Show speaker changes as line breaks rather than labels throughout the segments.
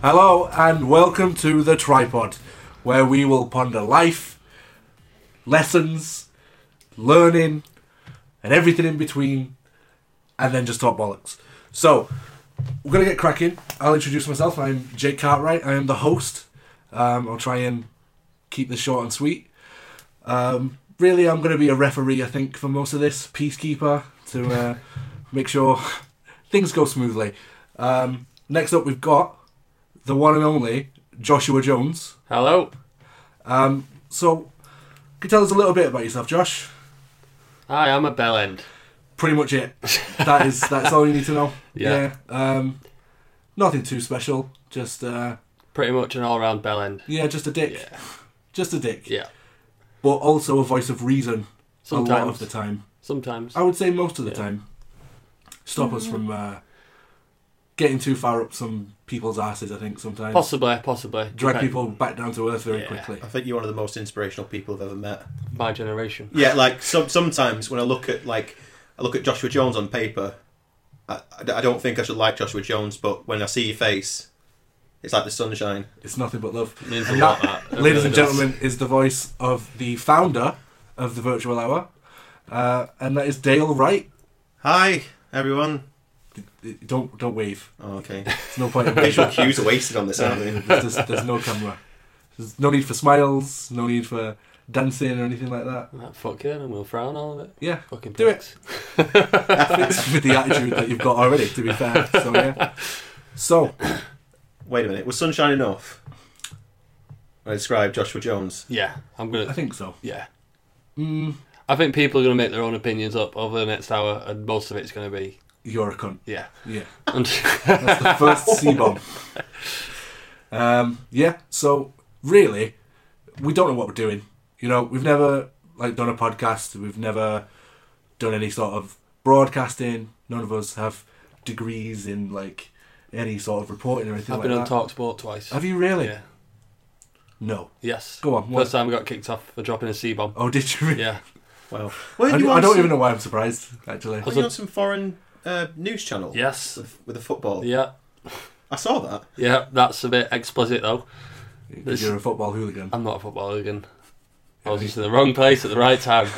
Hello and welcome to the Tripod, where we will ponder life, lessons, learning, and everything in between, and then just talk bollocks. So, we're gonna get cracking. I'll introduce myself. I'm Jake Cartwright. I am the host. Um, I'll try and keep this short and sweet. Um, really, I'm gonna be a referee. I think for most of this, peacekeeper to uh, make sure things go smoothly. Um, next up, we've got the one and only Joshua Jones.
Hello.
Um, so, can you tell us a little bit about yourself, Josh?
Hi, I'm a bell end.
Pretty much it. That is that's all you need to know.
Yeah.
Yeah. Um, nothing too special. Just uh,
Pretty much an all round bell end.
yeah, just a dick.
Yeah.
Just a dick.
Yeah.
But also a voice of reason. A lot
Sometimes.
of the time.
Sometimes.
I would say most of the
Yeah.
time. Stop us from uh, getting too far up some people's asses. I think sometimes
Possibly, possibly.
drag
Depend-
people back down to earth very
Yeah.
quickly.
I think you're one of the most inspirational people I've ever met.
My generation.
Yeah, like some, sometimes when I look at like I look at Joshua Jones on paper, I, I don't think I should like Joshua Jones, but when I see your face, it's like the sunshine.
It's nothing but love.
It means a lot, that. It
Ladies
really
and
does.
gentlemen, is the voice of the founder of the Virtual Hour, uh, and that is Dale Wright.
Hi everyone.
Don't don't wave.
Oh, okay.
There's no point. In
Visual
waving.
cues are wasted on this, aren't they?
there's, there's, there's no camera. There's no need for smiles. No need for dancing or anything like that.
Ah, fuck yeah, and we'll frown all of it.
Yeah,
Fucking
Do it.
pricks.
fits with the attitude that you've got already. To be fair, so yeah. So
Wait a minute. Was sunshine enough? When I describe Joshua Jones.
Yeah, I'm
I
gonna.
think so.
Yeah.
Mm,
I think people are gonna make their own opinions up over the next hour, and most of it's gonna be
you're a cunt.
yeah.
Yeah.
And
That's the first C bomb. Um, yeah, so really, we don't know what we're doing. You know, we've never like done a podcast. We've never done any sort of broadcasting. None of us have degrees in like any sort of reporting or anything
I've
like
been on
that.
Talksport twice.
Have you really?
Yeah.
No.
Yes.
Go on. What?
First time I got kicked off for dropping a C bomb.
Oh, did you? Really?
Yeah.
Wow.
I,
Weren't you
I
on
don't
some,
even know why I'm surprised. Actually,
Were you on some foreign uh, news channel?
Yes.
With, with the football.
Yeah.
I saw that.
Yeah. That's a bit explicit though.
because you're a football hooligan.
I'm not a football hooligan. I was just in the wrong place at the right time.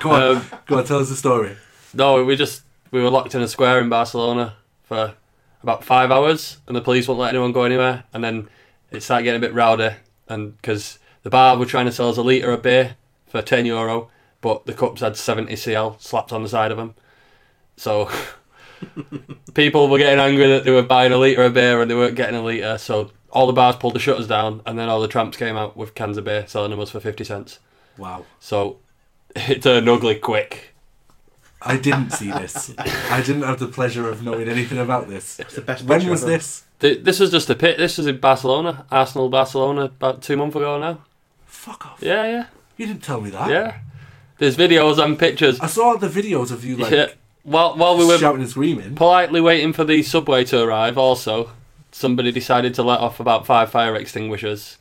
Go on,
Um,
go on, tell us the story.
no, we just we were locked in a square in Barcelona for about five hours, and the police won't let anyone go anywhere. And then it started getting a bit rowdy, and because the bar were trying to sell us a liter of beer for ten euro, but the cups had seventy cl slapped on the side of them, so. People were getting angry that they were buying a litre of beer and they weren't getting a litre, so all the bars pulled the shutters down, and then all the tramps came out with cans of beer selling them us for 50 cents.
Wow,
So it turned ugly quick.
I didn't see this. I didn't have the pleasure of knowing anything about this.
It's the best.
When
picture
was
ever.
this?
Th- This is just a pit. This is in Barcelona, Arsenal, Barcelona, about two months ago now.
Fuck off.
Yeah, yeah,
You didn't tell me that.
yeah. There's videos and pictures.
I saw the videos of you Ah, like
yeah. While while we were
shouting and screaming.
politely waiting for the subway to arrive, also somebody decided to let off about five fire extinguishers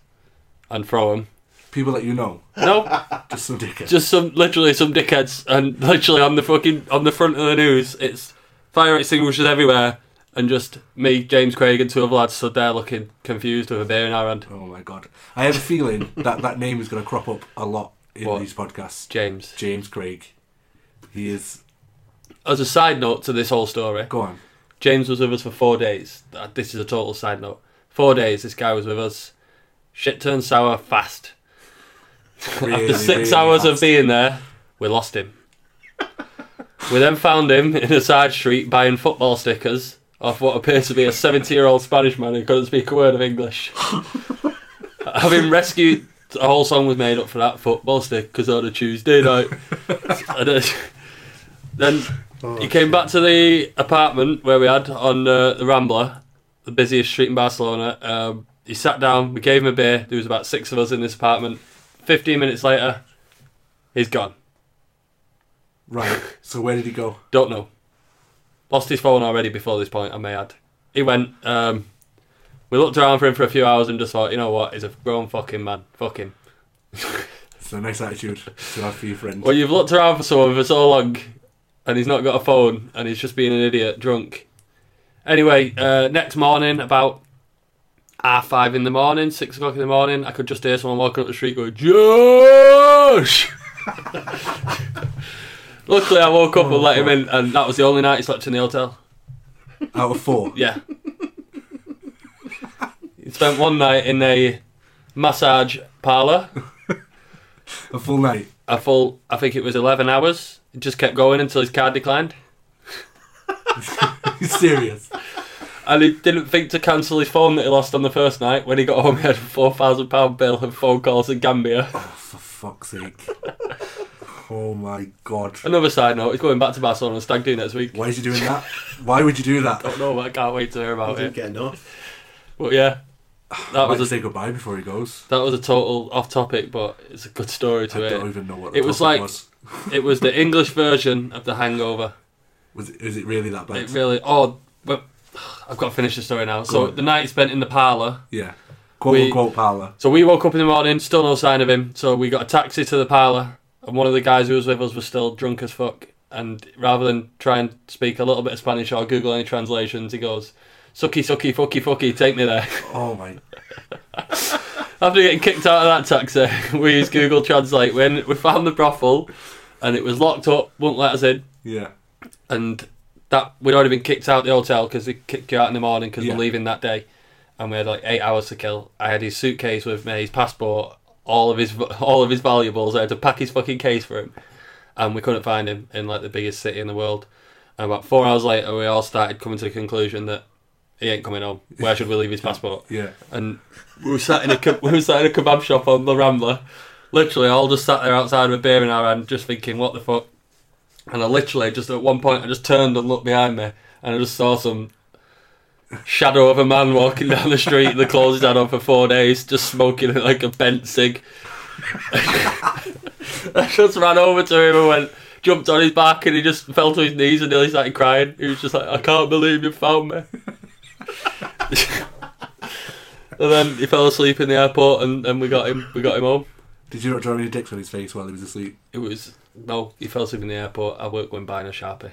and throw them.
People that you know,
No,
just some dickhead.
just some literally some dickheads, and literally on the fucking on the front of the news, it's fire extinguishers everywhere, and just me, James Craig, and two other lads stood there looking confused with a beer in our hand.
oh my god! I have a feeling that that name is going to crop up a lot in
What?
these podcasts.
James.
James Craig. He is.
As a side note to this whole story,
Go on.
James was with us for four days. Uh, This is a total side note. Four days, this guy was with us. Shit turned sour fast.
Really,
After six
really
hours of
fast.
being there, we lost him. we then found him in a side street buying football stickers off what appeared to be a 70 year old Spanish man who couldn't speak a word of English. Having rescued, a whole song was made up for that football stickers on a Tuesday night. And, uh, then
Oh,
he came back to the apartment where we had on uh, the Rambler, the busiest street in Barcelona. Um, he sat down, we gave him a beer. There was about six of us in this apartment. 15 minutes later, he's gone.
right. So where did he go?
Don't know. Lost his phone already before this point, I may add. He went, um, we looked around for him for a few hours and just thought, you know what, he's a grown fucking man. Fuck him.
It's a nice attitude to have for your friend.
Well, you've looked around for someone for so long and he's not got a phone and he's just being an idiot, drunk. Anyway, uh, next morning, about half five in the morning, six o'clock in the morning, I could just hear someone walking up the street going, Josh! Luckily, I woke up and let him in, and that was the only night he slept in the hotel.
Out of four.
Yeah. he spent one night in a massage parlour,
A full night.
a full, I think it was 11 hours. It just kept going until his card declined.
He's serious. Ah,
And he didn't think to cancel his phone that he lost on the first night. When he got home, he had a £4,000 bill and phone calls in Gambia.
For fuck's sake. Oh my god.
Another side note, he's going back to Barcelona on stag do next week.
Why is he doing that? Why would you do that?
Don't know, but I can't wait to hear
I
about
didn't
it.
get enough.
But yeah, that
I'd like to
was a
say goodbye before he goes.
that was a total off topic, but it's a good story
I
to
don't
it.
even know what
It
the
was
topic
like-
was.
It was the English version of The Hangover.
Was it, is it really that bad?
It really. Oh, but I've got to finish the story now.
Go
So
on.
the night he spent in the parlour.
yeah. Quote
We-
unquote parlour.
So we woke up in the morning, still no sign of him. So we got a taxi to the parlour, and one of the guys who was with us was still drunk as fuck. And rather than try and speak a little bit of Spanish or Google any translations, he goes, "Sucky, sucky, fucky, fucky, take me there."
Oh my.
After getting kicked out of that taxi, we used Google Translate. When we found the brothel, and it was locked up, wouldn't let us in,
Yeah.
and that we'd already been kicked out of the hotel because they kicked you out in the morning because
Yeah.
we're leaving that day, and we had like eight hours to kill. I had his suitcase with me, his passport, all of his all of his valuables. I had to pack his fucking case for him, and we couldn't find him in like the biggest city in the world. And about four hours later, we all started coming to the conclusion that he ain't coming home. Where should we leave his passport?
Yeah.
and we were sat in a ke- we were sat in a kebab shop on the Rambler. Literally, all just sat there outside with a beer in our hand, just thinking, "What the fuck?" And I literally just at one point I just turned and looked behind me, and I just saw some shadow of a man walking down the street in the clothes he'd had on for four days, just smoking like a bent cig. I just ran over to him and went. Jumped on his back and he just fell to his knees and nearly started crying. He was just like, "I can't believe you found me." And then he fell asleep in the airport, and, and we got him. We got him home.
Did you not draw any dicks on his face while he was asleep?
It was no. He fell asleep in the airport. I worked when buying a sharpie.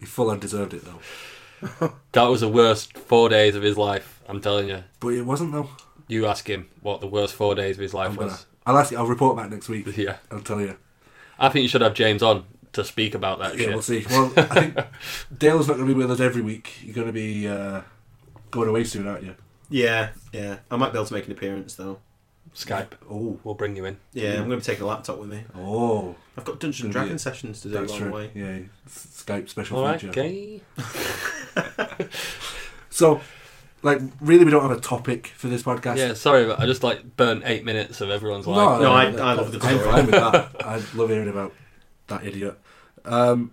He full on deserved it though.
That was the worst four days of his life. I'm telling you.
But it wasn't though.
You ask him what the worst four days of his life
I'm gonna.
was.
I'll ask you. I'll report back next week.
Yeah,
I'll tell you.
I think you should have James on to speak about that
Yeah,
Oh,
we'll see.
shit.
Well, I think Dale's not going to be with us every week. You're going to be uh, going away soon, aren't you?
Yeah, yeah. I might be able to make an appearance though.
Skype.
Oh,
We'll bring you in.
Yeah, I'm going to be taking a laptop with me.
oh,
I've got Dungeons and
Gonna be
Dragon sessions to do
that's
along the
true.
way.
Yeah, S- Skype special
All right.
feature.
Okay.
So, like, really, we don't have a topic for this podcast.
Yeah. Sorry, but I just like burnt eight minutes of everyone's
No,
life.
No, I- I love the
I'm
story.
fine with that. I love hearing about that idiot. Um,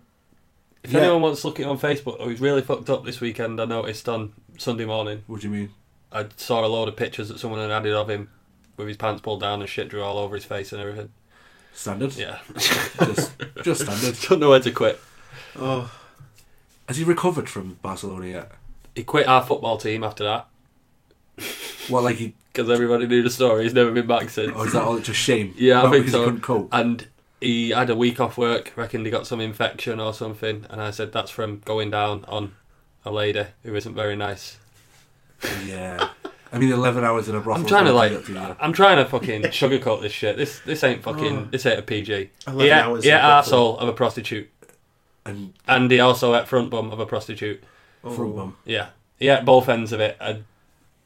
If
yeah.
anyone wants looking on Facebook, oh, he's really fucked up this weekend. I noticed on Sunday morning.
what do you mean?
I saw a load of pictures that someone had added of him with his pants pulled down and shit drew all over his face and everything.
Standard.
Yeah.
Just, just standard.
Don't know where to quit.
Oh,
Has he recovered from Barcelona yet?
He quit our football team after that
Well, like he?
because everybody knew the story. He's never been back since.
Or is that all just shame?
Yeah, I
Not
think
because
so.
He couldn't cope.
And he had a week off work, reckoned he got some infection or something. And I said, that's from going down on a lady who isn't very nice.
Yeah. I mean, 11 hours in a brothel.
I'm trying to
don't
like,
do that to you.
I'm trying to fucking sugarcoat this shit. This this ain't fucking,
Oh.
this ain't a PG.
11
Yeah,
hours. in
yeah,
a brothel.
arsehole of a prostitute.
And
And he also at front bum of a prostitute.
Oh.
front bum.
Yeah. Yeah, both ends of it. And,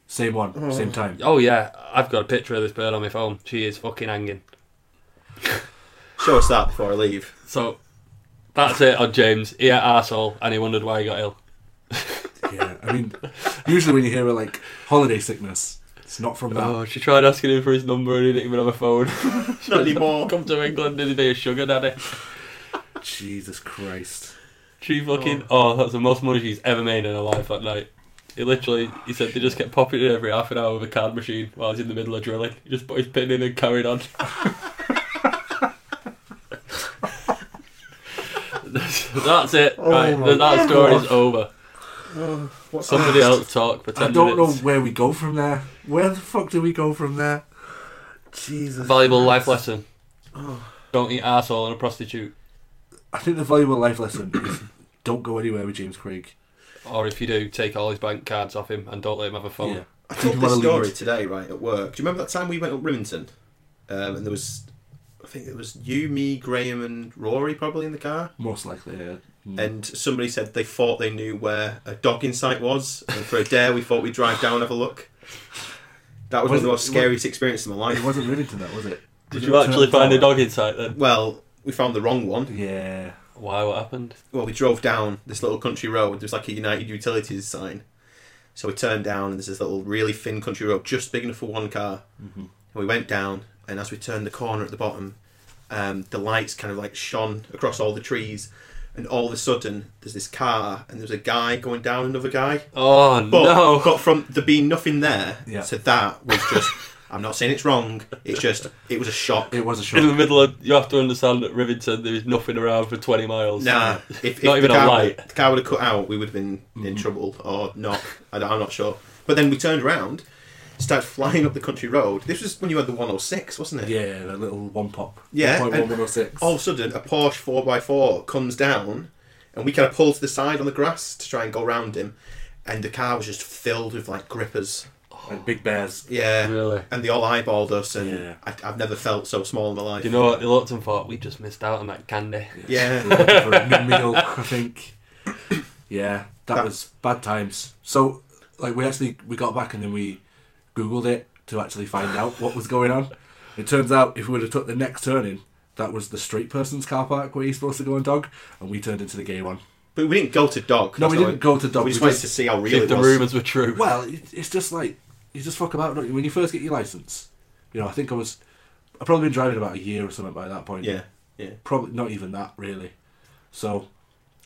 Same one,
Oh.
same time.
oh yeah, I've got a picture of this bird on my phone. She is fucking hanging.
Show us that before I leave.
So that's it on James. He ate arsehole and he wondered why he got ill.
Yeah. I mean, usually when you hear like holiday sickness, it's not from that.
Oh, she tried asking him for his number and he didn't even have a phone.
Not anymore.
Come to England and he'd be a sugar daddy.
Jesus Christ.
She fucking oh. that's the most money she's ever made in her life that night. He literally he said they just kept popping in every half an hour with a card machine while he's in the middle of drilling. He just put his pin in and carried on. that's, that's it.
Oh
right,
my
that, that story's over.
What's
Somebody else talk for
I
ten
don't
minutes.
know where we go from there. Where the fuck do we go from there? Jesus.
Valuable
Christ.
life lesson. Don't eat arsehole and a prostitute.
I think the valuable life lesson is don't go anywhere with James Craig.
Or if you do, take all his bank cards off him and don't let him have a phone.
Yeah.
I
you
told
wanna
this
lead?
story today, right, at work. Do you remember that time we went up Rivington? Um, and there was, I think it was you, me, Graham, and Rory probably in the car.
Most likely, yeah. Mm.
And somebody said they thought they knew where a dogging site was. And for a dare, we thought we'd drive down and have a look. That was one of the most
Was it-
scariest experiences of my
It
life.
wasn't Rivington, that was it?
Did
It
you actually
turned
find a
out-
dog inside then?
Well, we found the wrong one.
Yeah.
Why? What happened?
well, we drove down this little country road. There was like a United Utilities sign. So we turned down, and there's this little really thin country road, just big enough for one car.
Mhm.
And we went down, and as we turned the corner at the bottom, um, the lights kind of like shone across all the trees. And all of a sudden, there's this car, and there's a guy going down another guy.
Oh
But,
no!
but from there being nothing there
Yeah.
to that was just, I'm not saying it's wrong, it's just, it was a shock.
It was a
In the
shock.
middle of, you have to understand that Rivington, there is nothing around for 20 miles.
Nah, if, if
Not
the
even a
car,
light.
the car would have cut out, we would have been in trouble or not. I don't, I'm not sure. But then we turned around, started flying up the country road. This was when you had the 106, wasn't it?
Yeah, that little one pop.
Yeah,
Point
and-
one one oh six.
All of a sudden, a Porsche 4x4 comes down, and we kind of pull to the side on the grass to try and go round him. And the car was just filled with like grippers.
Like big bears.
Yeah.
Really?
And they all eyeballed us, and
Yeah.
I, I've never felt so small in my life.
You know what? They looked and thought, we just missed out on that candy.
Yeah.
They were looking for a new meal, I think. Yeah, that
That-
was bad times. So, like, we actually we got back and then we googled it to actually find out what was going on. It turns out if we would have took the next turning, that was the straight person's car park where you're supposed to go and dog, and we turned into the gay one.
But we didn't go to dog.
No, we
that's all.
didn't go to dog.
We just
we
wanted
just-
to see how real
if
it
the
was.
rumours were true.
Well, it- it's just like you just fuck about don't you? when you first get your license. You know, I think I was, I have probably been driving about a year or something by that point.
Yeah. Yeah.
probably not even that really. So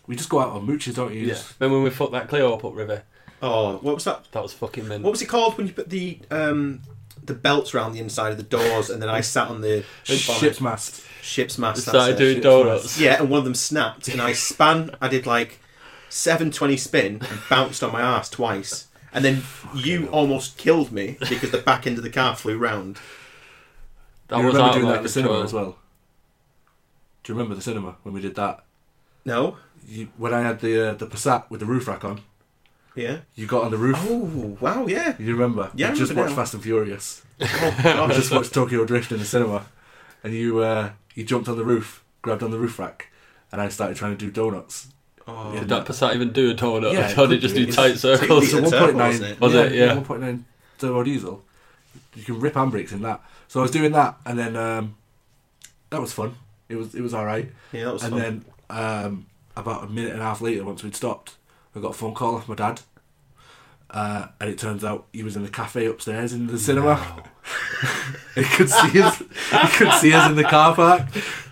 we just go out on mooches, don't you?
yeah.
Just-
Then when we fucked that clear up up river,
Oh, what was that?
that was fucking mint.
What was it called when you put the um, the belts round the inside of the doors, and then I sat on the
Ship's mast.
ship's
We
mast. that's
started
it.
doing
shit,
donuts.
Yeah, and one of them snapped, and I span. I did like seven twenty spin and bounced on my ass twice, and then you almost killed me because the back end of the car flew round.
That
you
was
remember
out
doing
of
that
my
at the cinema
control.
as well? Do you remember the cinema when we did that?
No.
You, when I had the uh, the Passat with the roof rack on,
Yeah.
you got on the roof.
Oh wow! Yeah.
You remember?
Yeah, I
I just
remember
watched
now.
Fast and Furious.
Oh,
I
gosh.
just watched Tokyo Drift in the cinema, and you uh, you jumped on the roof, grabbed on the roof rack, and I started trying to do donuts.
Oh.
Yeah.
Did that Passat even do a donut?
Yeah,
I thought
it
it just
could
do
do.
tight
It's-
circles.
It's a
It's a turbo,
1.9.
isn't it?
Was it? Yeah.
1.9 turbo diesel. You can rip handbrakes in that. So I was doing that, and then um, that was fun. It was it was all right.
Yeah, that was
and
fun.
then um, about a minute and a half later, once we'd stopped, I got a phone call off my dad. Uh, and it turns out he was in the cafe upstairs in the cinema. he could see us. He could see us in the car park.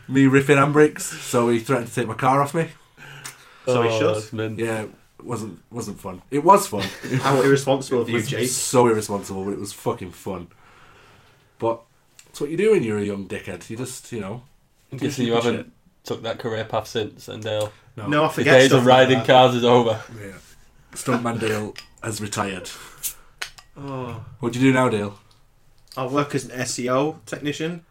Me ripping handbrakes, so he threatened to take my car off me.
So he
oh,
shut.
that's mint.
Yeah, it wasn't wasn't fun. It was fun.
How irresponsible of you,
It
Jake.
was so irresponsible, but it was fucking fun. But it's what you do when you're a young dickhead. You just, you know.
I'm
do
guessing you
stupid
haven't took that career path since, and Dale.
No, I
The
forget
days
stuff
of
like
riding
that.
cars is over.
shit. Yeah. Stuntman Dale has retired.
Oh.
What do you do now, Dale?
I work as an SEO technician.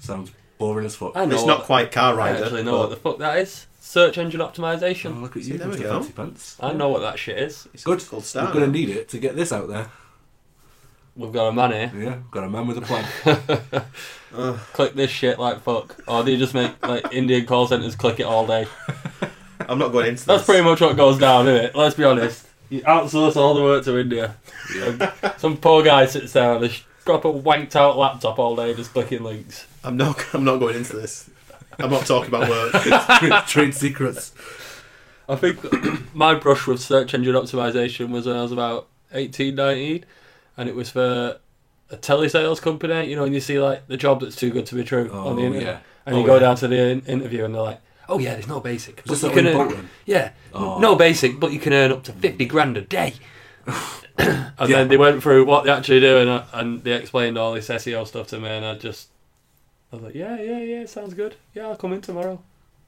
Sounds boring as fuck.
I know.
It's not
what-
quite car
I
rider.
actually know
but
what the fuck that is. Search engine
Oh,
optimization.
look at
See,
you,
there we
Mr.
go.
Fancy Pants.
I know what that shit is.
it's
Good.
a Gold
We're
star.
going to need it to get this out there.
We've got a man here.
Yeah, got a man with a plan.
Ugh.
Click this shit like fuck. Or do you just make like Indian call centers click it all day?
I'm not going into
That's
this.
pretty much what goes down, isn't it? Let's be honest. You outsource all the work to India.
Yeah.
Some poor guy sits there on this proper wanked out laptop all day just clicking links.
I'm not. I'm not going into this. I'm not talking about work.
Trade- Trade secrets.
I think my brush with search engine optimization was when I was about 18, 19, and it was for a telesales company, you know, and you see like the job that's too good to be true
Oh,
on the internet.
yeah.
And
Oh,
you go
yeah.
down to the in- interview and they're like, oh yeah, there's no basic.
Was this
but
that one
you can
in
earn-
Bolton?
Yeah,
Oh.
no basic, but you can earn up to 50 grand a day. and
Yeah.
then they went through what they actually do and, I, and they explained all this SEO stuff to me and I just, I was like, yeah, yeah, yeah, sounds good. Yeah, I'll come in tomorrow.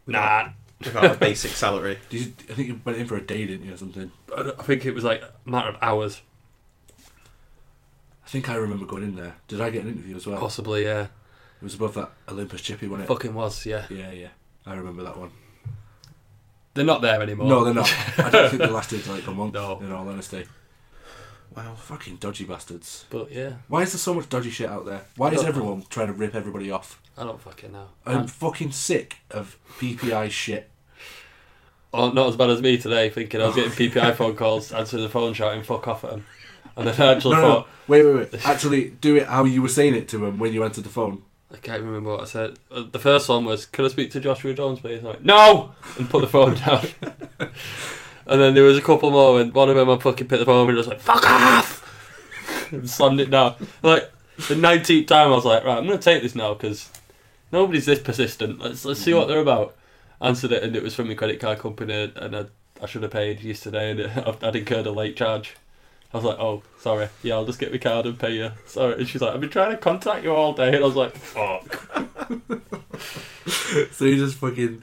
Nah,
Without a basic salary.
Did you, I think you went in for a day, didn't you, or something?
I don't- I think it was like a matter of hours.
I think I remember going in there. Did I get an interview as well?
Possibly, yeah.
It was above that Olympus Chippy, wasn't it?
Fucking was, yeah.
Yeah, yeah. I remember that one.
They're not there anymore.
No, they're not. I don't think they lasted like a month.
No.
In all honesty,
Wow.
Fucking dodgy bastards.
But yeah,
Why is there so much dodgy shit out there? Why
I
is
don't
everyone trying to rip everybody off?
I don't fucking know.
I'm fucking sick of PPI shit.
Oh, not as bad as me today, thinking I was getting PPI phone calls, answering the phone, shouting fuck off at them. And then I actually
No, no,
thought,
no. Wait, wait, wait. Actually, do it how you were saying it to him when you answered the phone.
I can't remember what I said. Uh, The first one was, "Can I speak to Joshua Jones, please?" And I went, "No!" and put the phone down. and then there was a couple more, and one of them I fucking picked the phone up and was like, "Fuck off!" and slammed it down. Like the nineteenth time, I was like, "Right, I'm gonna take this now because nobody's this persistent. Let's let's see what they're about." Answered it, and it was from the credit card company, and I, I should have paid yesterday, and it, I'd incurred a late charge. I was like, oh, sorry. Yeah, I'll just get my card and pay you. Sorry. And she's like, I've been trying to contact you all day. And I was like, fuck.
So you just fucking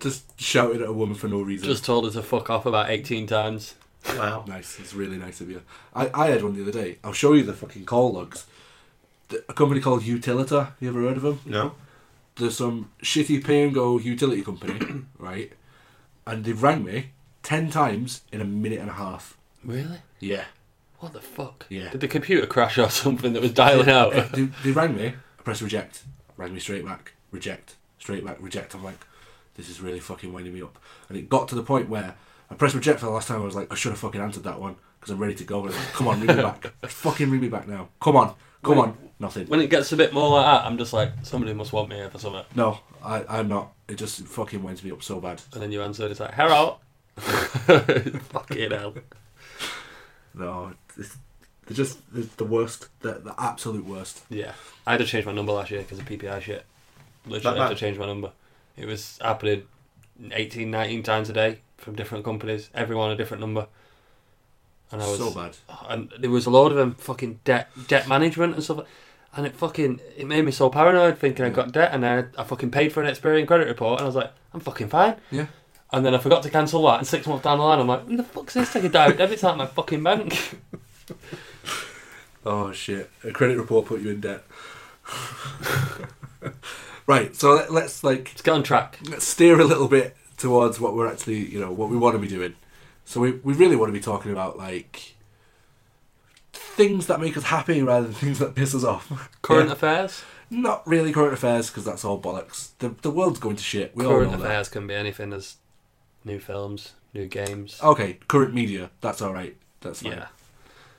just shouted at a woman for no reason.
Just told her to fuck off about 18 times.
Wow.
Nice. It's really nice of you. I, I had one the other day. I'll show you the fucking call logs. The- A company called Utilita. You ever heard of them?
No.
There's some shitty pay and go utility company, right? And they've rang me ten times in a minute and a half.
Really?
Yeah.
What the fuck?
Yeah.
Did the computer crash or something that was dialing out?
Uh, they, they rang me. I pressed reject. Rang me straight back. Reject. Straight back. Reject. I'm like, this is really fucking winding me up. And it got to the point where I pressed reject for the last time. I was like, I should have fucking answered that one because I'm ready to go. And I was like, Come on, ring me back. fucking ring me back now. Come on. Come
Wait.
on. Nothing.
when it gets a bit more like that, I'm just like, somebody must want me here for something.
No, I, I'm not. It just fucking winds me up so bad.
And then you answer, and it's like, hello. Fucking hell.
No, it's, they're just they're the worst. They're the absolute worst.
Yeah. I had to change my number last year because of PPI shit.
That
Literally had to
bad?
change my number. It was happening 18, 19 times a day from different companies, everyone a different number. And I was
so bad.
and there was a load of them fucking debt debt management and stuff. And it fucking it made me so paranoid thinking I got debt, and I, I fucking paid for an Experian credit report, and I was like, I'm fucking fine.
Yeah.
And then I forgot to cancel that, and six months down the line, I'm like, when the fuck's this? Take a direct debit out of my fucking bank.
Oh shit! A credit report put you in debt. right. So let, let's like
Let's get on track.
let's steer a little bit towards what we're actually you know what we want to be doing. So we we really want to be talking about like things that make us happy rather than things that piss us off.
Current
Yeah.
affairs.
Not really current affairs because that's all bollocks. The the world's going to shit. We all
current
know that.
affairs can be anything as new films, new games.
Okay, current media. That's all right. Oh, That's fine. Yeah.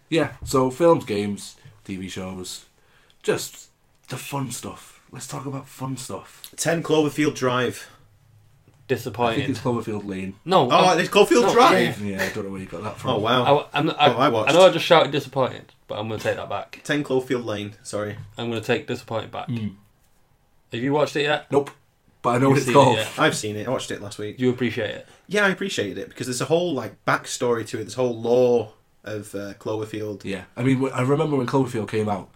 yeah.
So films, games, TV shows, just the fun stuff. Let's talk about fun stuff.
Ten Cloverfield Drive.
I think
Disappointing.
it's Cloverfield Lane.
No.
Oh,
I,
it's Cloverfield
No,
Drive.
Yeah, I don't know where you got that from.
Oh wow.
I, I'm, I,
Oh, I watched.
I know I just shouted disappointed, but I'm going to take that back.
Ten Cloverfield Lane. Sorry.
I'm going to take disappointed back.
Mm.
Have you watched it yet?
Nope. But I know
You've
what it's
seen it
called.
yet?
I've seen it. I watched it last week.
Do you appreciate it?
Yeah, I appreciated it because there's a whole like backstory to it. There's a whole lore of uh, Cloverfield.
Yeah, I mean, wh- I remember when Cloverfield came out,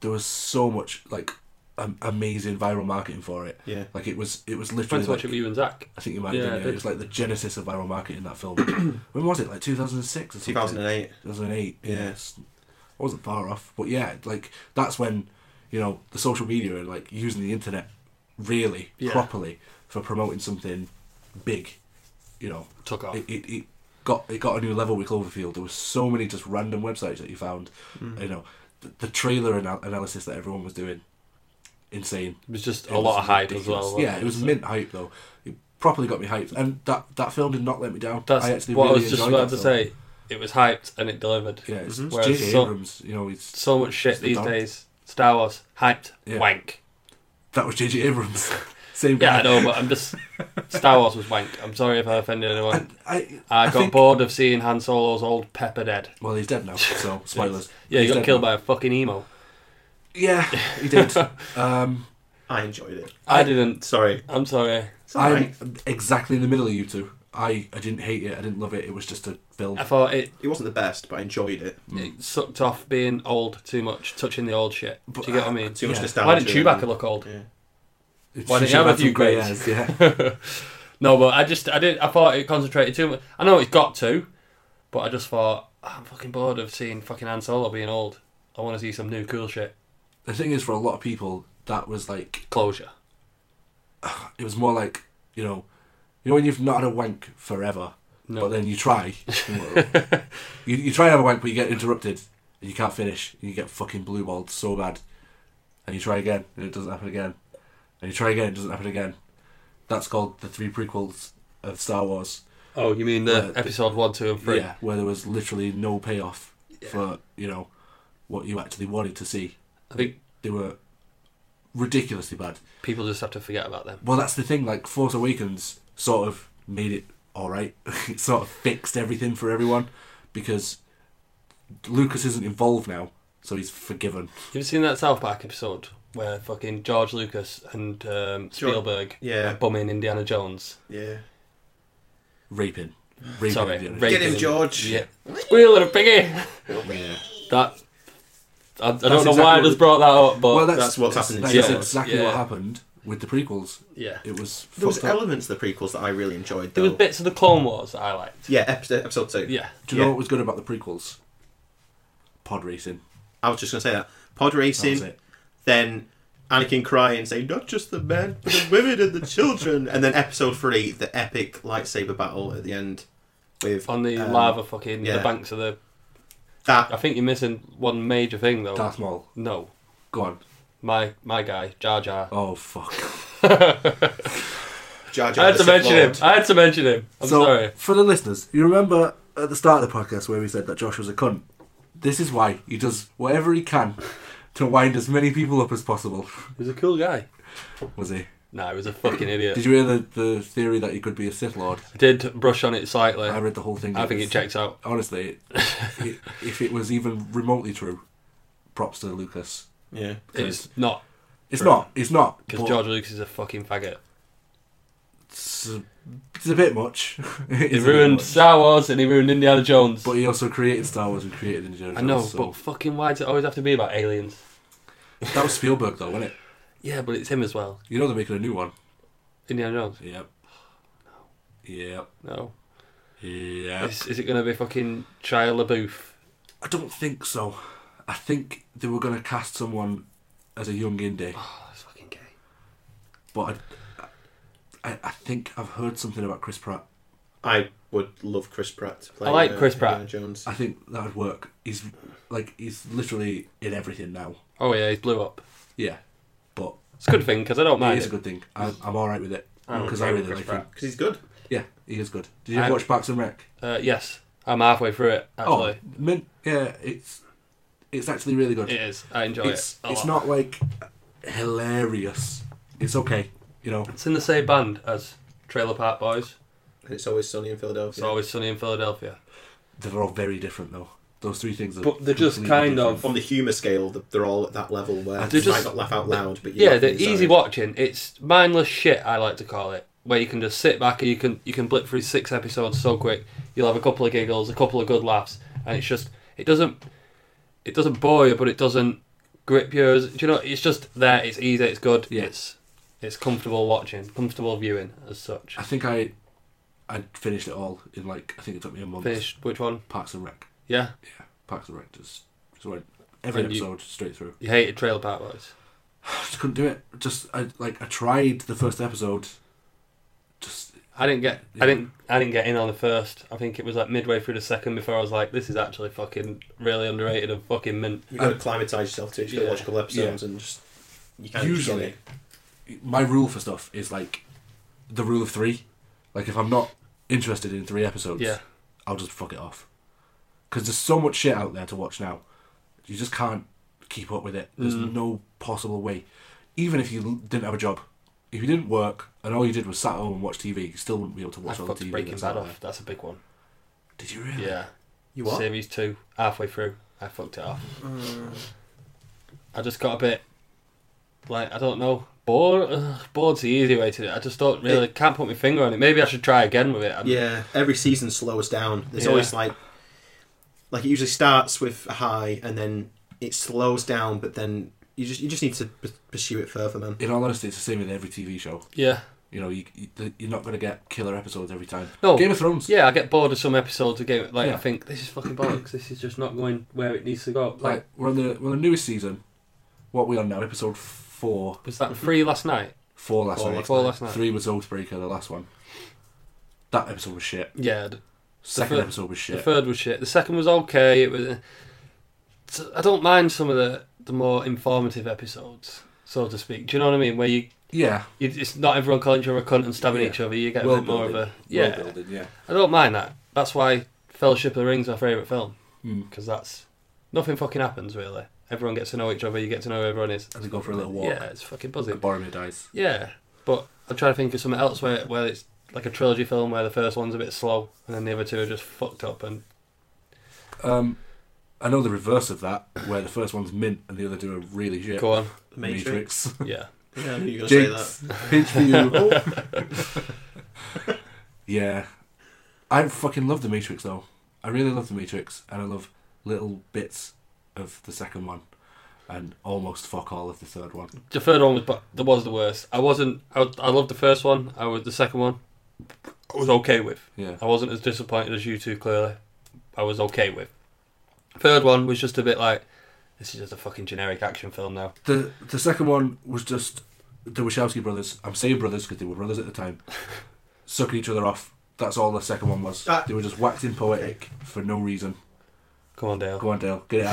there was so much like am- amazing viral marketing for it.
Yeah.
Like it was, it was
Trying
literally.
to watch
Like,
it with you and Zach.
I think you might
Yeah,
have
I
done, yeah.
did.
It was like the genesis of viral marketing. That film. when was it? Like 2006 or something.
2008.
2008.
Yeah.
Yes, I wasn't far off, but yeah, like that's when you know the social media and like using the internet really
Yeah.
properly for promoting something big. You know,
Took off.
it, it, it got it got a new level with Cloverfield. There was so many just random websites that you found.
Hmm.
You know, the, the trailer anal- analysis that everyone was doing, insane.
It was just
It
a lot
was
of hype as
ridiculous.
well.
Yeah, it was mint hype though. It properly got me hyped, and that that film did not let me down.
That's
I actually
what
really
I was just
enjoyed
about
that
to
film.
say. It was hyped and it delivered.
Yeah, it's, it's
Whereas
J.J.
so-
Abrams. You know, it's
So much shit
It's the
these
dog.
days. Star Wars hyped,
Yeah.
wank.
That was J.J. Abrams. Same guy.
Yeah, I know, but I'm just Star Wars was wank. I'm sorry if I offended anyone.
I, I
I, got
think-
bored of seeing Han Solo's old pepper dead.
Well, he's dead now, so spoilers.
Yeah, he
He's
got
dead
killed
now.
by a fucking emo.
Yeah, he did. um,
I enjoyed it.
I didn't.
Sorry.
I'm sorry.
It's all
I'm
right.
exactly in the middle of you two. I, I didn't hate it. I didn't love it. It was just a film.
I thought it,
It wasn't the best, but I enjoyed it.
Hmm.
it sucked off being old too much, touching the old shit. Do you get what I mean?
Too much
Yeah.
nostalgia.
Why didn't Chewbacca look old?
Yeah.
It's
Why don't
just
you have
about
a few
some grey
grades?
hairs, Yeah.
No, but I just I did I thought it concentrated too much. I know it's got to, but I just thought "Oh, I'm fucking bored of seeing fucking Han Solo being old. I want to see some new cool shit.
the thing is, for a lot of people, that was like
Closure.
it was more like you know, you know when you've not had a wank forever,
No.
but then you try. you, you try and have a wank, but you get interrupted and you can't finish. And you get fucking blue balled so bad. And you try again and it doesn't happen again. And you try again, it doesn't happen again. That's called the three prequels of Star Wars.
Oh, you mean the
Uh,
episode one, two, and three?
Yeah, where there was literally no payoff for you know what you actually wanted to see.
I think
They were ridiculously bad.
people just have to forget about them.
Well, that's the thing. Like Force Awakens sort of made it all right. it sort of fixed everything for everyone because Lucas isn't involved now, so he's forgiven.
You ever seen that South Park episode where fucking George Lucas and um, Spielberg
Yeah.
are bumming Indiana Jones?
Yeah.
Raping, raping.
Sorry,
Indiana
raping.
Jones.
Get him, George.
Yeah. Squeal and a piggy!
Yeah.
That. I, I don't know
That's
why I
exactly
just brought that up, but.
Well, that's,
That's what's happened in
That's
Star Wars.
exactly
Yeah.
what happened with the prequels.
yeah.
It was
There was
fucked up.
elements of the prequels that I really enjoyed,
There
though.
was bits of the Clone Wars that I liked.
yeah, episode, episode two.
Yeah.
Do you know
yeah.
what was good about the prequels? Pod racing.
I was just gonna say that pod
That was
racing.
it.
then Anakin crying, saying, "Not just the men, but the women and the children." and then episode three, the epic lightsaber battle at the end with
On the
um,
lava fucking.
yeah.
The banks of the. I
that.
think you're missing one major thing, though.
Darth Maul.
No.
Go on.
My my guy, Jar Jar.
Oh fuck.
Jar Jar
I had to
the Sith
mention him.
Lord.
I had to mention him. I'm
so
sorry.
for the listeners, you remember at the start of the podcast where we said that Josh was a cunt. This is why he does whatever he can to wind as many people up as possible.
He was a cool guy.
Was he?
No, he was a fucking idiot.
Did you hear the, the theory that he could be a Sith Lord?
I did brush on it slightly.
I
I,
read the whole thing.
think it checks out.
Honestly, it, if it was even remotely true, props to Lucas.
Yeah,
It's not
It's
True.
not. It's not.
because
but
George Lucas is a fucking faggot.
It's a, it's a bit much. It
He
is a bit
ruined
much.
Star Wars and he ruined Indiana Jones.
But he also created Star Wars and created Indiana Jones.
I know,
so-
but fucking why does it always have to be about aliens?
that was Spielberg though, wasn't it?
Yeah, but it's him as well.
You know they're making a new one.
Indiana Jones.
Yep. Yep.
No,
Yep.
is, is it going to be fucking Shia LaBeouf?
I don't think so. I think they were going to cast someone as a young indie,
Oh, that's fucking gay.
but I, I, I think I've heard something about Chris Pratt.
I would love Chris Pratt. To play
I like
uh,
Chris Pratt.
Indiana Jones.
I think that would work. He's like he's literally in everything now.
Oh yeah, he blew up.
Yeah, but
It's a good thing because I don't
it
mind.
is a
him.
good thing. I'm, I'm all right with it
I'm
because
okay
I
with
really
Chris
like him.
Pratt.
Because he's good.
Yeah, he is good. Did you
I-
watch Parks and Rec?
Uh, yes, I'm halfway through it. Actually,
Oh, min- yeah, it's it's actually really good.
it is. I enjoy
it's
it. Oh, a
it's
lot.
not like hilarious. It's okay, you know.
It's in the same band as Trailer Park Boys.
And it's always sunny in
It's
Philadelphia.
always sunny in Philadelphia.
They're all very different though. Those three things. Are
But they're just
completely
kind of-
On the humour scale, th- they're all at that level where
They're
you
just-
might not laugh out loud, but you
Yeah,
laugh
they're
inside.
easy watching. It's mindless shit, I like to call it, where you can just sit back and you can you can blip through six episodes so quick. You'll have a couple of giggles, a couple of good laughs, and it's just it doesn't it doesn't bore you, but it doesn't grip you. as- Do you know? It's just there. It's easy. It's good.
Yeah.
It's it's comfortable watching, comfortable viewing as such.
I think I I finished it all in like I think it took me a month.
Finish which one?
Parks and Rec.
Yeah,
Yeah, Parks and Rec just just went every
And you-
episode straight through.
you hated Trailer Park Boys.
just couldn't do it. Just I like I tried the first episode. Just
I didn't get
Yeah.
I didn't I didn't get in on the first. I think it was like midway through the second before I was like, this is actually fucking really underrated and fucking mint.
You've got to acclimatise yourself to it. You've got to
Yeah.
watch a couple episodes and just. You can't
usually my rule for stuff is like the rule of three. Like if I'm not interested in three episodes,
Yeah.
I'll just fuck it off. Because there's so much shit out there to watch now, you just can't keep up with it. There's
Mm.
no possible way. Even if you l- didn't have a job, if you didn't work and all you did was sat at home and watch TV, you still wouldn't be able to
I
watch all
fucked
the TV
Breaking
that's
Bad
out there.
off. That's a big one.
Did you really?
Yeah.
You what?
Series two, halfway through, I fucked it off. I just got a bit, like I don't know, bored. Ugh, bored's the easy way to do it. I just don't really can't put my finger on it. Maybe I should try again with it. I'm-
Yeah, every season slows down. There's
Yeah.
always like, like it usually starts with a high and then it slows down, but then you just you just need to p- pursue it further, man.
In all honesty, it's the same with every TV show.
Yeah.
You know, you, you, you're not going to get killer episodes every time.
No.
Game of Thrones.
Yeah, I get bored of some episodes of Game. Like
Yeah.
I think this is fucking bollocks. this is just not going where it needs to go. Like
Like we're on the we're on the newest season. What we on now? Episode four.
was that three last night?
Four last
Four
night.
last
Four last night.
Three was Oathbreaker, the last one. That episode was shit.
Yeah. d-
Second
fir-
episode was
The
shit.
third was shit. The second was okay. It was. so I don't mind some of the the more informative episodes, so to speak. Do you know what I mean? Where you,
yeah.
you it's not everyone calling each other a cunt and stabbing
Yeah.
each other. You get a
World
bit more of
building.
a yeah.
World building, yeah.
I don't mind that. That's why Fellowship of the Rings is my favourite film
Mm.
because that's nothing fucking happens really. Everyone gets to know each other. You get to know who everyone is.
And they go for a little walk.
Yeah, it's fucking buzzing.
And Boromir dies.
Yeah, but I'm trying to think of something else where where it's like a trilogy film where the first one's a bit slow and then the other two are just fucked up and
Um, I know the reverse of that, where the first one's mint and the other two are really shit.
go on.
The Matrix.
Yeah,
Yeah, I knew you were going to say
Jinx, pinch for you. yeah, I fucking love the Matrix though. I really love the Matrix, and I love little bits of the second one, and almost fuck all of the third one.
the third one was but that was the worst. I wasn't. I, I loved the first one. I was the second one. I was okay with.
Yeah,
I wasn't as disappointed as you two. Clearly, I was okay with. Third one was just a bit like this is just a fucking generic action film now.
the the second one was just the Wachowski brothers. I'm saying brothers because they were brothers at the time, sucking each other off. That's all the second one was.
Ah.
They were just waxing poetic for no reason.
Come on, Dale.
Go on, Dale, get it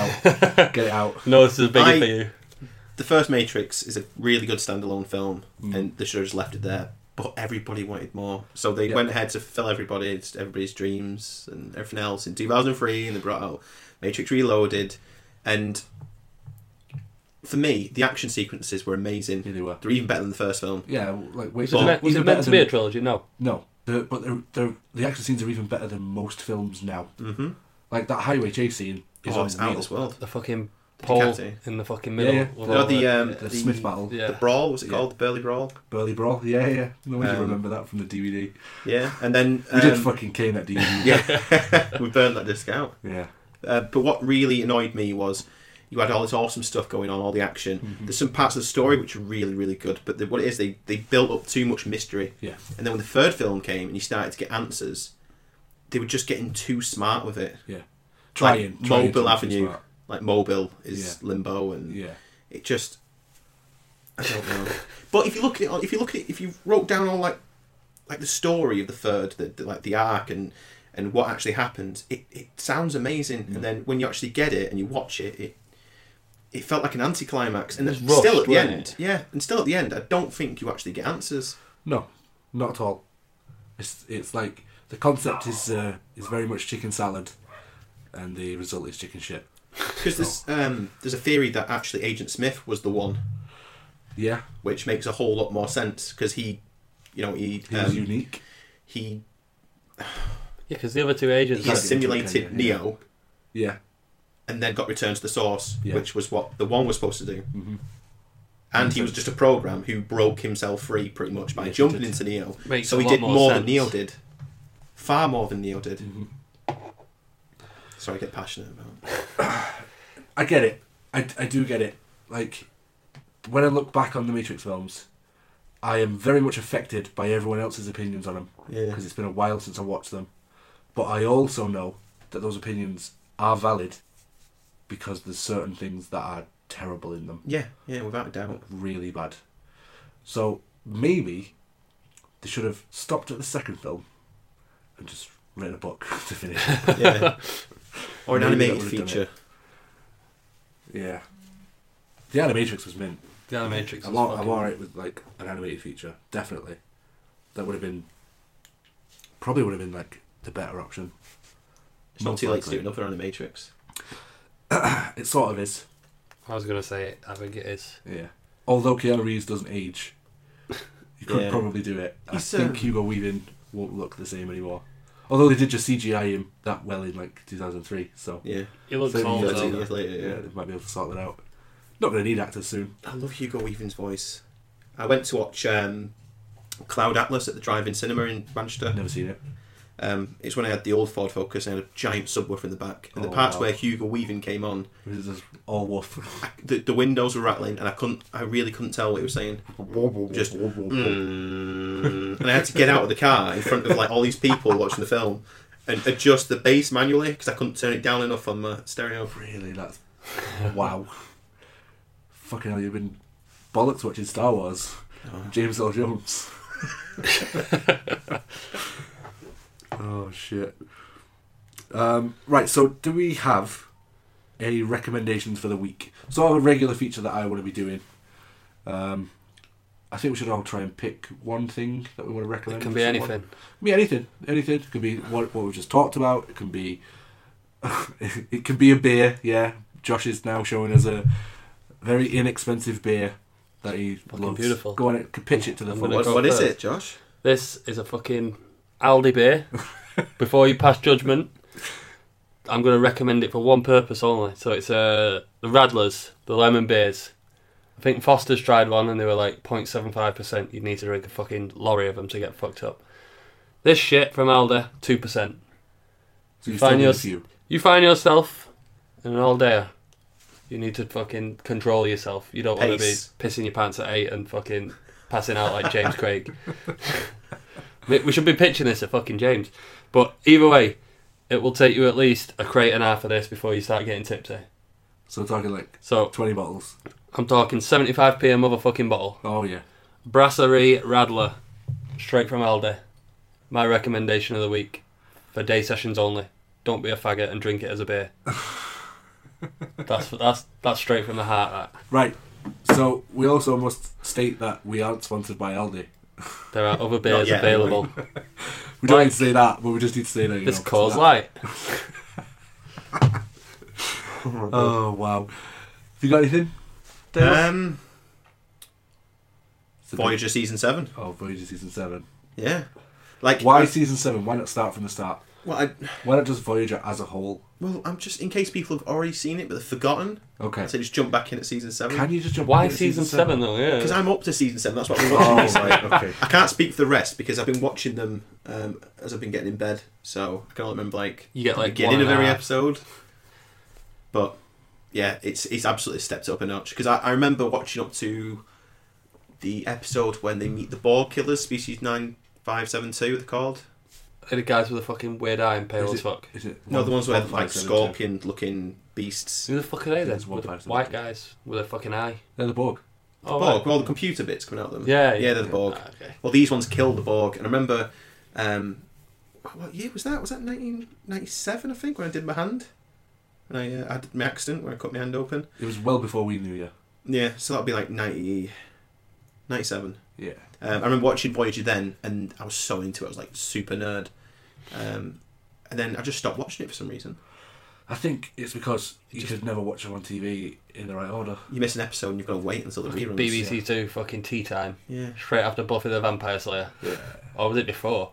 out, get it out.
No, this is bigger
I-
for you.
that. The first Matrix is a really good standalone film,
Mm.
and they should have just left it there. But everybody wanted more, so they
Yeah.
went ahead to fill everybody's everybody's dreams and everything else in 2003, and they brought out Matrix Reloaded, and for me, the action sequences were amazing.
Yeah, they were.
They're even better than the first film.
Yeah, like wait,
Was it, meant- was
even
it meant
better
to be a
than-
trilogy? No.
No, the, but the, the the action scenes are even better than most films now.
Mm-hmm.
Like that highway chase scene is
Oh, it's out of
unreal.
this world.
The fucking pole
Ducati.
in the fucking
Yeah,
middle.
yeah.
with
You know
all
the, um,
The Smith battle,
yeah.
The brawl was it
Yeah.
called? The Burly Brawl.
Burly Brawl. Yeah, yeah. yeah. No one
Um,
can remember that from the DVD.
Yeah, and then
We did
um,
fucking cane that DVD.
yeah, we burned that disc out.
yeah.
Uh, but what really annoyed me was you had all this awesome stuff going on, all the action.
Mm-hmm.
There's some parts of the story which are really, really good, but the, what it is, they, they built up too much mystery.
Yeah.
And then when the third film came and you started to get answers, they were just getting too smart with it.
Trying.
like
trying to be
Mobile
too
Avenue,
smart.
like Mobile is Limbo, and
Yeah.
it just I don't know. but if you look at it, if you look at it, if you wrote down all like like the story of the third, the, the- like the arc and and what actually happened, it, it sounds amazing.
Mm.
And then when you actually get it and you watch it, it it felt like an anticlimax. And
It was
then still
rushed,
at the
wasn't
end,
it?
yeah, and still at the end, I don't think you actually get answers.
No, not at all. It's it's like the concept is uh, is very much chicken salad, and the result is chicken shit.
Because there's um, there's a theory that actually Agent Smith was the one,
Yeah.
which makes a whole lot more sense because he, you know, he
He was
um,
unique.
he
Yeah, because the other two agents.
he
Exactly.
simulated
Yeah.
Neo.
Yeah.
and then got returned to the source,
Yeah.
which was what the one was supposed to do.
Mhm.
And he was just a program who broke himself free pretty much by
Yes, he
jumping
did.
into Neo.
Makes
so
a
he
lot
did
more
more, than
sense.
Neo did, far more than Neo did.
Mm-hmm.
Sorry, I get passionate about.
I get it. I, I do get it. Like, when I look back on the Matrix films, I am very much affected by everyone else's opinions on them
Yeah,
because it's been a while since I watched them. But I also know that those opinions are valid because there's certain things that are terrible in them,
yeah, yeah, without a doubt.
really bad. So maybe they should have stopped at the second film and just written a book to finish.
Yeah, or an
Maybe that
animated
would've done
feature.
yeah. The Animatrix was mint.
The Animatrix.
I'm
was
all,
fucking-
I'm all right with like an animated feature, definitely. That would have been probably would have been like the better option.
It's not
Most
too late to do
likely.
another Animatrix.
It sort of is,
I was gonna say it. I think it is.
yeah. Although Keanu Reeves doesn't age, you could
Yeah.
probably do it. I
He's,
think
um,
Hugo Weaving won't look the same anymore. Although they did just CGI him that well in like 2003, so
Yeah,
It looks
Thirty
old
years
though.
thirteen years later.
yeah,
Yeah.
they might be able to sort that out. Not going to need actors soon.
I love Hugo Weaving's voice. I went to watch um, Cloud Atlas at the drive-in cinema in Manchester.
I've never seen it.
Um, it's when I had the old Ford Focus and I had a giant subwoofer in the back. And the
Oh,
parts
wow.
where Hugo Weaving came on,
It was just all woof.
I, the, the windows were rattling and I couldn't, I really couldn't tell what he was saying. Just, mm. and I had to get out of the car in front of like all these people watching the film and adjust the bass manually because I couldn't turn it down enough on my stereo.
Really, that's wow. Fucking hell, you've been bollocks watching Star Wars. James L. Jones. oh shit. Um, right, so do we have any recommendations for the week? So I have a regular feature that I want to be doing. Um, I think we should all try and pick one thing that we want to recommend.
It can be
to someone.
anything.
It can be anything. Anything. It can be what, what we just talked about. It can be. it can be a beer. Yeah, Josh is now showing us a very inexpensive beer that he
Fucking
loves.
beautiful.
Go on, and pitch it to the
I'm
full.
gonna
What,
go
what is
first.
it, Josh?
This is a fucking Aldi beer. Before you pass judgment, I'm going to recommend it for one purpose only. So it's uh, the Radlers, the lemon beers. I think Foster's tried one and they were like 0.75%. You'd need to drink a fucking lorry of them to get fucked up. This shit from Aldi, 2%.
So you
Find
still need a
yours.
few.
You find yourself in an all day. You need to fucking control yourself. You don't want to be
Pace.
pissing your pants at eight and fucking passing out like James Craig. We we should be pitching this at fucking James. But either way, it will take you at least a crate and a half of this before you start getting tipsy.
So we're talking like
So
twenty bottles.
I'm talking 75p a motherfucking bottle.
Oh yeah.
Brasserie Radler, straight from Aldi. My recommendation of the week for day sessions only. Don't be a faggot and drink it as a beer. that's that's that's straight from the heart.
Right. So we also must state that we aren't sponsored by Aldi.
That. There are other beers
yet,
available.
We don't
Like-
need to say that, but we just need to say that. You
This
know,
cause
so
light.
that- Oh wow. Have you got anything? Dale?
Um,
It's a bit-
Voyager season seven.
Oh, Voyager season seven.
Yeah, like
Why
I-
season seven? Why not start from the start?
well, I,
Why not just Voyager as a whole?
well, I'm just in case people have already seen it but they've forgotten.
Okay.
So just jump back in at season
Can
seven.
you just jump?
Why
into
season seven though?
Because
Yeah.
I'm up to season seven. That's what we're watching.
Oh,
this.
right. Okay.
I can't speak for the rest because I've been watching them um, as I've been getting in bed, so I can only remember like
You get,
the
like,
beginning
one
of
and a
every
half.
episode. But yeah, it's it's absolutely stepped up a notch because I, I remember watching up to the episode when they meet the boar killers, species nine five seven two. They're called
Are The guys with a fucking weird eye and pale
Is
as fuck.
Is it
no, the ones where
one,
like
five, seven, two?
scorpion looking beasts.
Who the fuck are they then?
It's one
With the
person.
white guys with a fucking eye.
They're the Borg.
Oh,
Borg,
right.
all the computer bits coming out of them.
Yeah,
yeah, they're the Borg.
Ah, okay.
Well, these ones killed the Borg, and I remember, um, what year was that? Was that 1997? I think when I did my hand, when I uh, I did my accident where I cut my hand open.
It was well before we knew you.
Yeah, so that'd be like 90, 97.
Yeah.
Um, I remember watching Voyager then, and I was so into it. I was like super nerd, um, and then I just stopped watching it for some reason.
I think it's because you could never watch them on TV in the right order.
You miss an episode, and you've got to wait until the reruns.
BBC Two fucking tea time.
Yeah.
Straight after Buffy the Vampire Slayer.
Yeah.
Or was it before?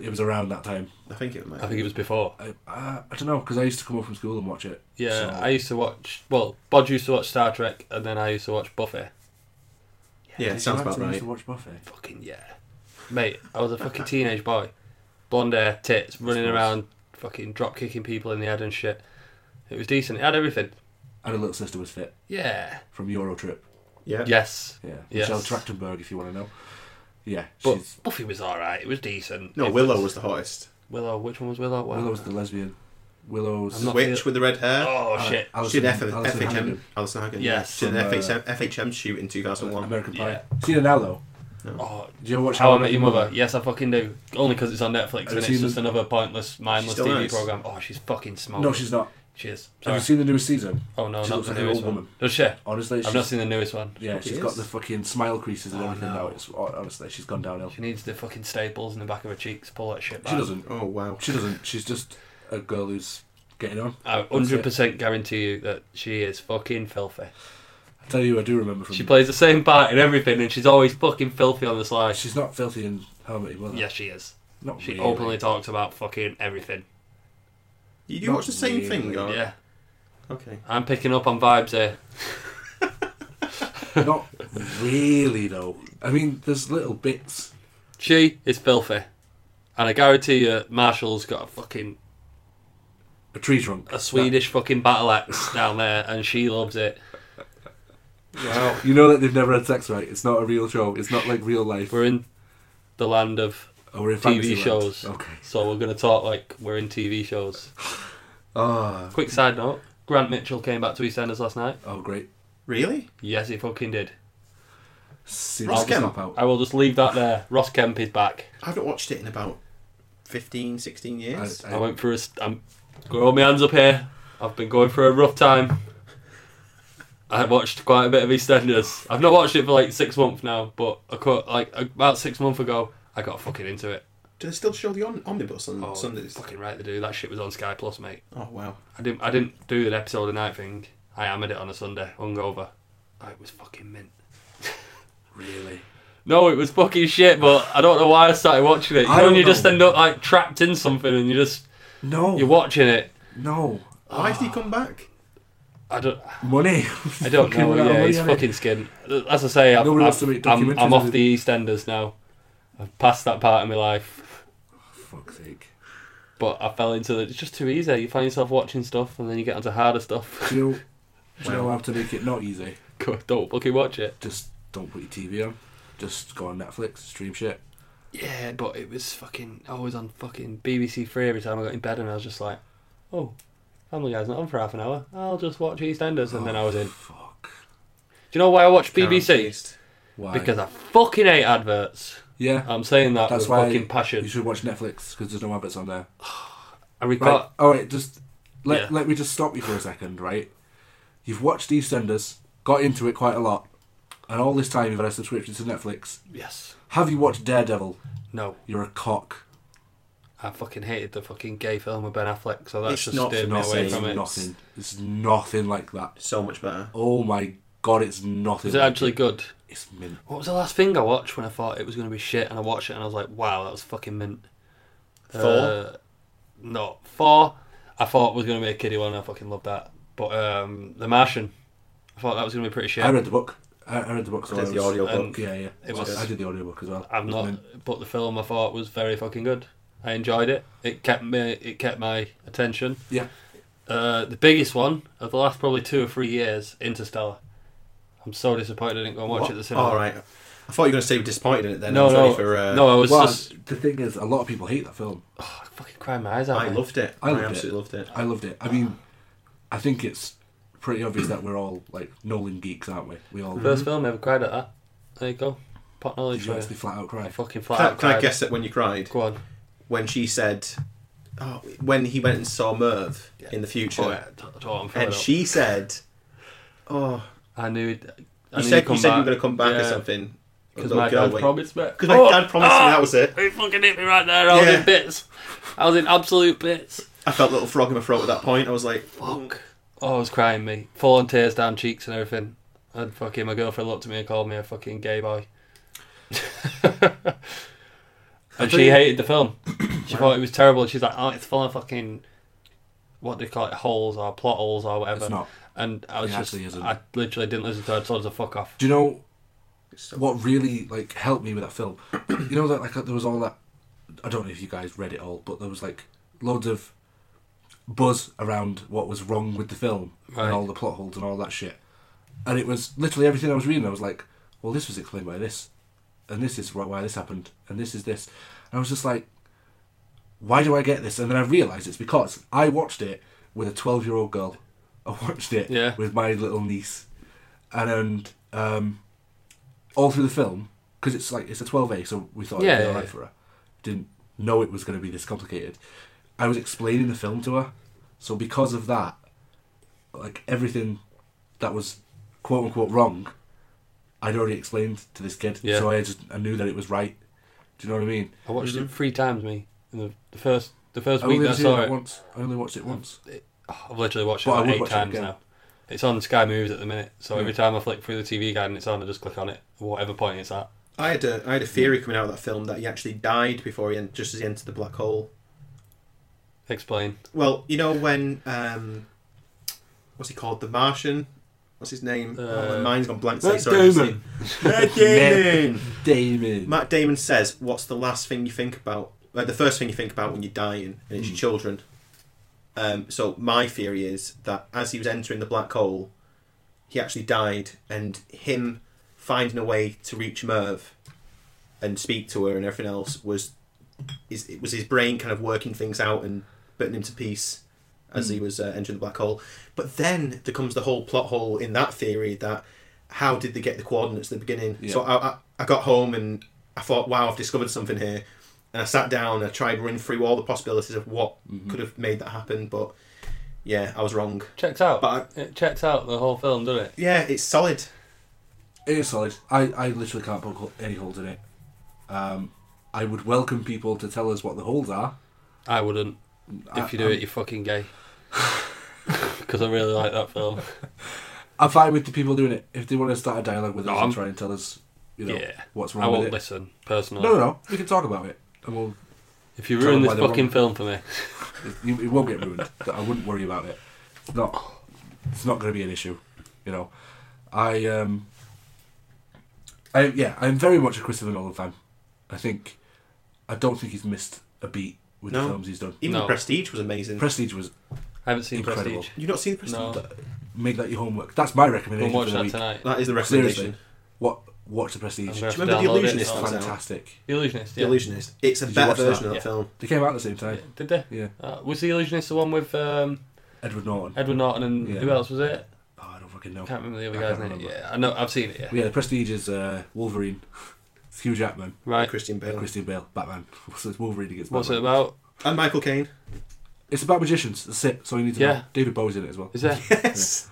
It was around that time.
I think it might.
I think it was before.
I, I, I don't know because I used to come up from school and watch it.
Yeah,
So-
I used to watch. Well, Bodge used to watch Star Trek, and then I used to watch Buffy.
yeah,
Did you
sounds
like
about
when we
right.
used to watch Buffy.
Fucking yeah, mate! I was a fucking teenage boy, blonde hair, tits, running
nice.
around, fucking drop kicking people in the head and shit. It was decent. It had everything.
And a little sister was fit
Yeah.
from Euro Trip.
Yeah.
Yes.
Yeah.
Yes.
Michelle Trachtenberg, if you want to know. Yeah.
But
she's,
Buffy was all right. It was decent.
No,
It
Willow was the hottest.
Willow. Which one was Willow? Wow.
Willow's the lesbian. Willow's.
I'm not-
Witch with the red hair.
Oh
Uh,
shit.
Alison-
She did F-
Alison
FHM.
Hannigan,
Alison Hagen.
Yes.
She did
From, uh,
FHM, FHM shoot in
uh,
2001.
American Pie.
Yeah.
See her now though.
Oh,
Do you ever watch
How I Met Your Mother. Yes, I fucking do. Only because it's on Netflix
Have you
and
seen
it's just
the-
another pointless, mindless
still
TV
nice.
program. Oh, she's fucking smart.
No, she's not.
She is.
Have
Sorry.
you seen the newest season?
Oh no,
She
not
looks
the
like an
newest
old
one.
woman.
Does she? I've
Honestly, she's,
not seen the newest one.
yeah,
She
she's got
is.
the fucking smile creases and
Oh,
everything
no.
now. It's honestly, she's gone downhill.
She needs the fucking staples in the back of her cheeks. Pull that shit back.
She doesn't.
Oh wow.
She doesn't. She's just a girl who's getting on.
I hundred percent guarantee you that she is fucking filthy.
I tell you, I do remember from.
She plays the same part in everything, and she's always fucking filthy on the slide.
she's not filthy in How I Met Your Mother.
Yes, she is.
Not
She
really.
openly talks about fucking everything.
You do
Not
watch the same
really.
thing, though.
Yeah,
Okay.
I'm picking up on vibes here.
not really though. I mean, there's little bits.
She is filthy, and I guarantee you, Marshall's got a fucking
A tree trunk.
a Swedish fucking battle axe down there, and she loves it.
Wow.
You know that they've never had sex, right? It's not a real show. It's not like real life.
We're in the land of
Oh, we're in
TV
fantasy land.
shows.
Okay.
So we're going to talk like we're in TV shows.
Oh,
Quick side note Grant Mitchell came back to EastEnders last night.
oh great.
really?
Yes, he fucking did.
Seems
Ross
to
Kemp.
stop out.
I will just leave that there. Ross Kemp is back.
I haven't watched it in about 15, 16 years.
I went through a. St- I'm growing my hands up here. I've been going through a rough time. I watched quite a bit of EastEnders. I've not watched it for like six months now, but I caught, like about six months ago, I got fucking into it.
Do they still show the om- omnibus on
Oh,
Sundays?
fucking right they do. That shit was on Sky Plus, mate.
Oh wow!
I didn't. I didn't do an episode a night thing. I hammered it on a Sunday, hungover. Oh, it was fucking mint.
really.
No, it was fucking shit, but I don't know why I started watching it. You
I
know,
don't
when you
know.
just end up like trapped in something and you just
No.
you're watching it.
no.
Why did he come back?
I don't.
Money.
I don't know.
Fucking
Yeah,
money
he's
on it.
fucking skin. As I say, I've,
Nobody wants to
I've,
make
I'm, I'm
documentaries,
off
is
the EastEnders now. I've passed that part of my life,
Fuck's sake.
but I fell into the. It's just too easy. You find yourself watching stuff and then you get onto harder stuff.
Do you know, do you know how to make it not easy?
Go, don't fucking watch it.
Just don't put your TV on. Just go on Netflix, stream shit.
Yeah, but it was fucking always on fucking BBC Three every time I got in bed, and I was just like, oh, Family Guy's not on for half an hour. I'll just watch EastEnders, and then I was in. Do
Fuck.
you know why I watch
Guaranteed.
BBC?
Why?
Because I fucking hate adverts.
yeah,
I'm saying that
that's
with
why
fucking
you
passion.
should watch Netflix because there's no habits on there.
I record.
Right. All right. Just let
Yeah.
let me just stop you for a second. Right. You've watched EastEnders, got into it quite a lot, and all this time you've had a subscription to Netflix.
Yes.
Have you watched Daredevil?
No.
You're a cock.
I fucking hated the fucking gay film with Ben Affleck, so that's
It's
just
not
steered me
not
away
saying
It's
from it.
nothing. It's nothing like that.
So much better.
Oh my god, it's nothing.
Is it
like
actually good?
It's mint.
What was the last thing I watched when I thought it was going to be shit, and I watched it and I was like, wow, that was fucking mint.
Thor?
Uh, no, Thor. I thought was going to be a kiddie one. I fucking loved that. But um, The Martian, I thought that was going to be pretty shit.
I read the book. I, I read the book. So I
Did the
was-
audio
and-
book.
Yeah, yeah.
It was-
I did the audio book as well.
I'm
Mint.
Mm-hmm.
not, but the film I thought was very fucking good. I enjoyed it. It kept me. It kept my attention.
Yeah.
Uh, the biggest one of the last probably two or three years, Interstellar. I'm so disappointed I didn't go and watch
What?
it at the cinema.
All right. I thought you were going to say you were disappointed in it then. I
No,
was ready
no,
for, uh,
no. I was
well,
just
the thing is, a lot of people hate that film.
oh, I fucking crying my eyes out.
I
mate.
loved it.
I
I,
loved
absolutely loved it.
I loved it. I mean, I think it's pretty obvious that we're all like Nolan geeks, aren't we? We all
Mm-hmm.
first film I ever cried at that. There you go. Pot knowledge.
did you
for you.
actually flat out
I
cry.
fucking flat
Can, I-
out
can I
cried.
guess that when you cried,
Go on.
when she said, oh, when he went and saw Merv
Yeah.
in the future,
Oh, yeah, t- t- I'm fed
and
up.
she said, "Oh,
I knew. it- I
you
knew
said
come
you said you were
back.
going to come back or
Yeah.
something."
Because
Little
my
girl
dad
went-
promised me. Oh,
'Cause my dad promised me that was it.
He fucking hit me right there. I was
Yeah.
in bits. I was in absolute bits.
I felt a little frog in my throat at that point. I was like,
Fuck. Oh, I was crying, me. Falling tears down cheeks and everything. And fucking my girlfriend looked at me and called me a fucking gay boy. and she hated the film. She thought it was terrible. She's like, oh, it's full of fucking, what do you call it, holes or plot holes or whatever.
It's not.
And I was
It
just,
actually isn't.
I literally didn't listen to her. I told her to fuck off.
Do you know
So-
what really like helped me with that film? you know that like there was all that. I don't know if you guys read it all, but there was like loads of buzz around what was wrong with the film
Right.
and all the plot holes and all that shit. And it was literally everything I was reading. I was like, "Well, this was explained by this, and this is why- why this happened, and this is this." And I was just like, "Why do I get this?" And then I realised it's because I watched it with a twelve-year-old girl. I watched it
Yeah.
with my little niece, and, and um, all through the film because it's like it's a 12A, so we thought
Yeah,
it'd be
yeah,
alright
yeah.
for her. Didn't know it was going to be this complicated. I was explaining the film to her, so because of that, like everything that was quote unquote wrong, I'd already explained to this kid,
Yeah.
so I just I knew that it was right. Do you know what I Oh, mean?
I watched it three times, me. In the, the first, the first
I
week
only
that I
seen
saw
it
it.
once. I only watched it once.
Oh, I've literally watched it
But I
about
would
eight
watch it
times
again.
now. It's on Sky Movies at the minute, so
Yeah.
every time I flick through the TV guide and it's on, I just click on it, whatever point it's at.
I had a I had a theory
Mm.
coming out of that film that he actually died before he en- just as he entered the black hole.
Explain.
Well, you know when um, what's he called? The Martian. What's his name? oh,
Uh,
my mind's gone blank.
Matt
Sorry, I've
Damon.
seen- Matt Damon.
Damon.
Matt Damon says, "What's the last thing you think about? Uh, the first thing you think about when you're dying, and it's your children." Um, so my theory is that as he was entering the black hole, he actually died, and him finding a way to reach Merv and speak to her and everything else was, is it was his brain kind of working things out and putting him to peace as
Mm.
he was uh, entering the black hole. But then there comes the whole plot hole in that theory that how did they get the coordinates at the beginning?
Yeah.
So I, I, I got home and I thought, wow, I've discovered something here. And I sat down. I tried run through all the possibilities of what
Mm-hmm.
could have made that happen, but yeah, I was wrong.
Checks out.
But
it checks out the whole film, doesn't it?
Yeah, it's solid.
It is solid. I, I literally can't poke ho- any holes in it. Um, I would welcome people to tell us what the holes are.
I wouldn't. If you do it, you're fucking gay. Because I really like that film.
I'm fine with the people doing it. If they want to start a dialogue with
No,
us
I'm-
and try and tell us, you know,
Yeah.
what's
I
wrong
won't
with it.
listen personally.
No, no, no. We can talk about it, and we'll.
If you
Tell
ruin
them
this
why they're
fucking
wrong.
film for me,
It, it won't get ruined. I wouldn't worry about it. It's not. It's not going to be an issue. You know, I um. I yeah, I'm very much a Christopher Nolan fan. I think, I don't think he's missed a beat with
No.
the films he's done.
Even
No.
the Prestige was amazing.
Prestige was
I haven't seen
Incredible.
Prestige.
you not seen the Prestige?
No.
make that your homework. That's my
Go and
recommendation for
watch
the
that
week.
tonight.
That is the recommendation.
Seriously, what watch the
I'm
Prestige?
gonna have to
remember The
download it
Illusionist
now.
comes out?
Fantastic.
The Illusionist,
The
yeah.
Illusionist. It's a
Did you
better
watch that?
version of
Yeah.
that film.
They came out at the same time.
Did they?
Yeah,
Uh, was The Illusionist the one with um,
Edward Norton.
Edward Norton and
Yeah.
who else was it?
Oh, I don't fucking know.
I can't remember the other
I
guy's
can't
name.
remember.
Yeah, I know. I've seen it. Yeah.
But yeah, the Prestige is uh, Wolverine, Hugh Jackman,
Right.
Christian Bale.
Christian Bale, Batman. So it's Wolverine against Batman.
What's it about?
And Michael Caine.
It's about magicians. That's it. So you need to
Yeah.
know. David Bowie's in it as well.
Is there?
Yes.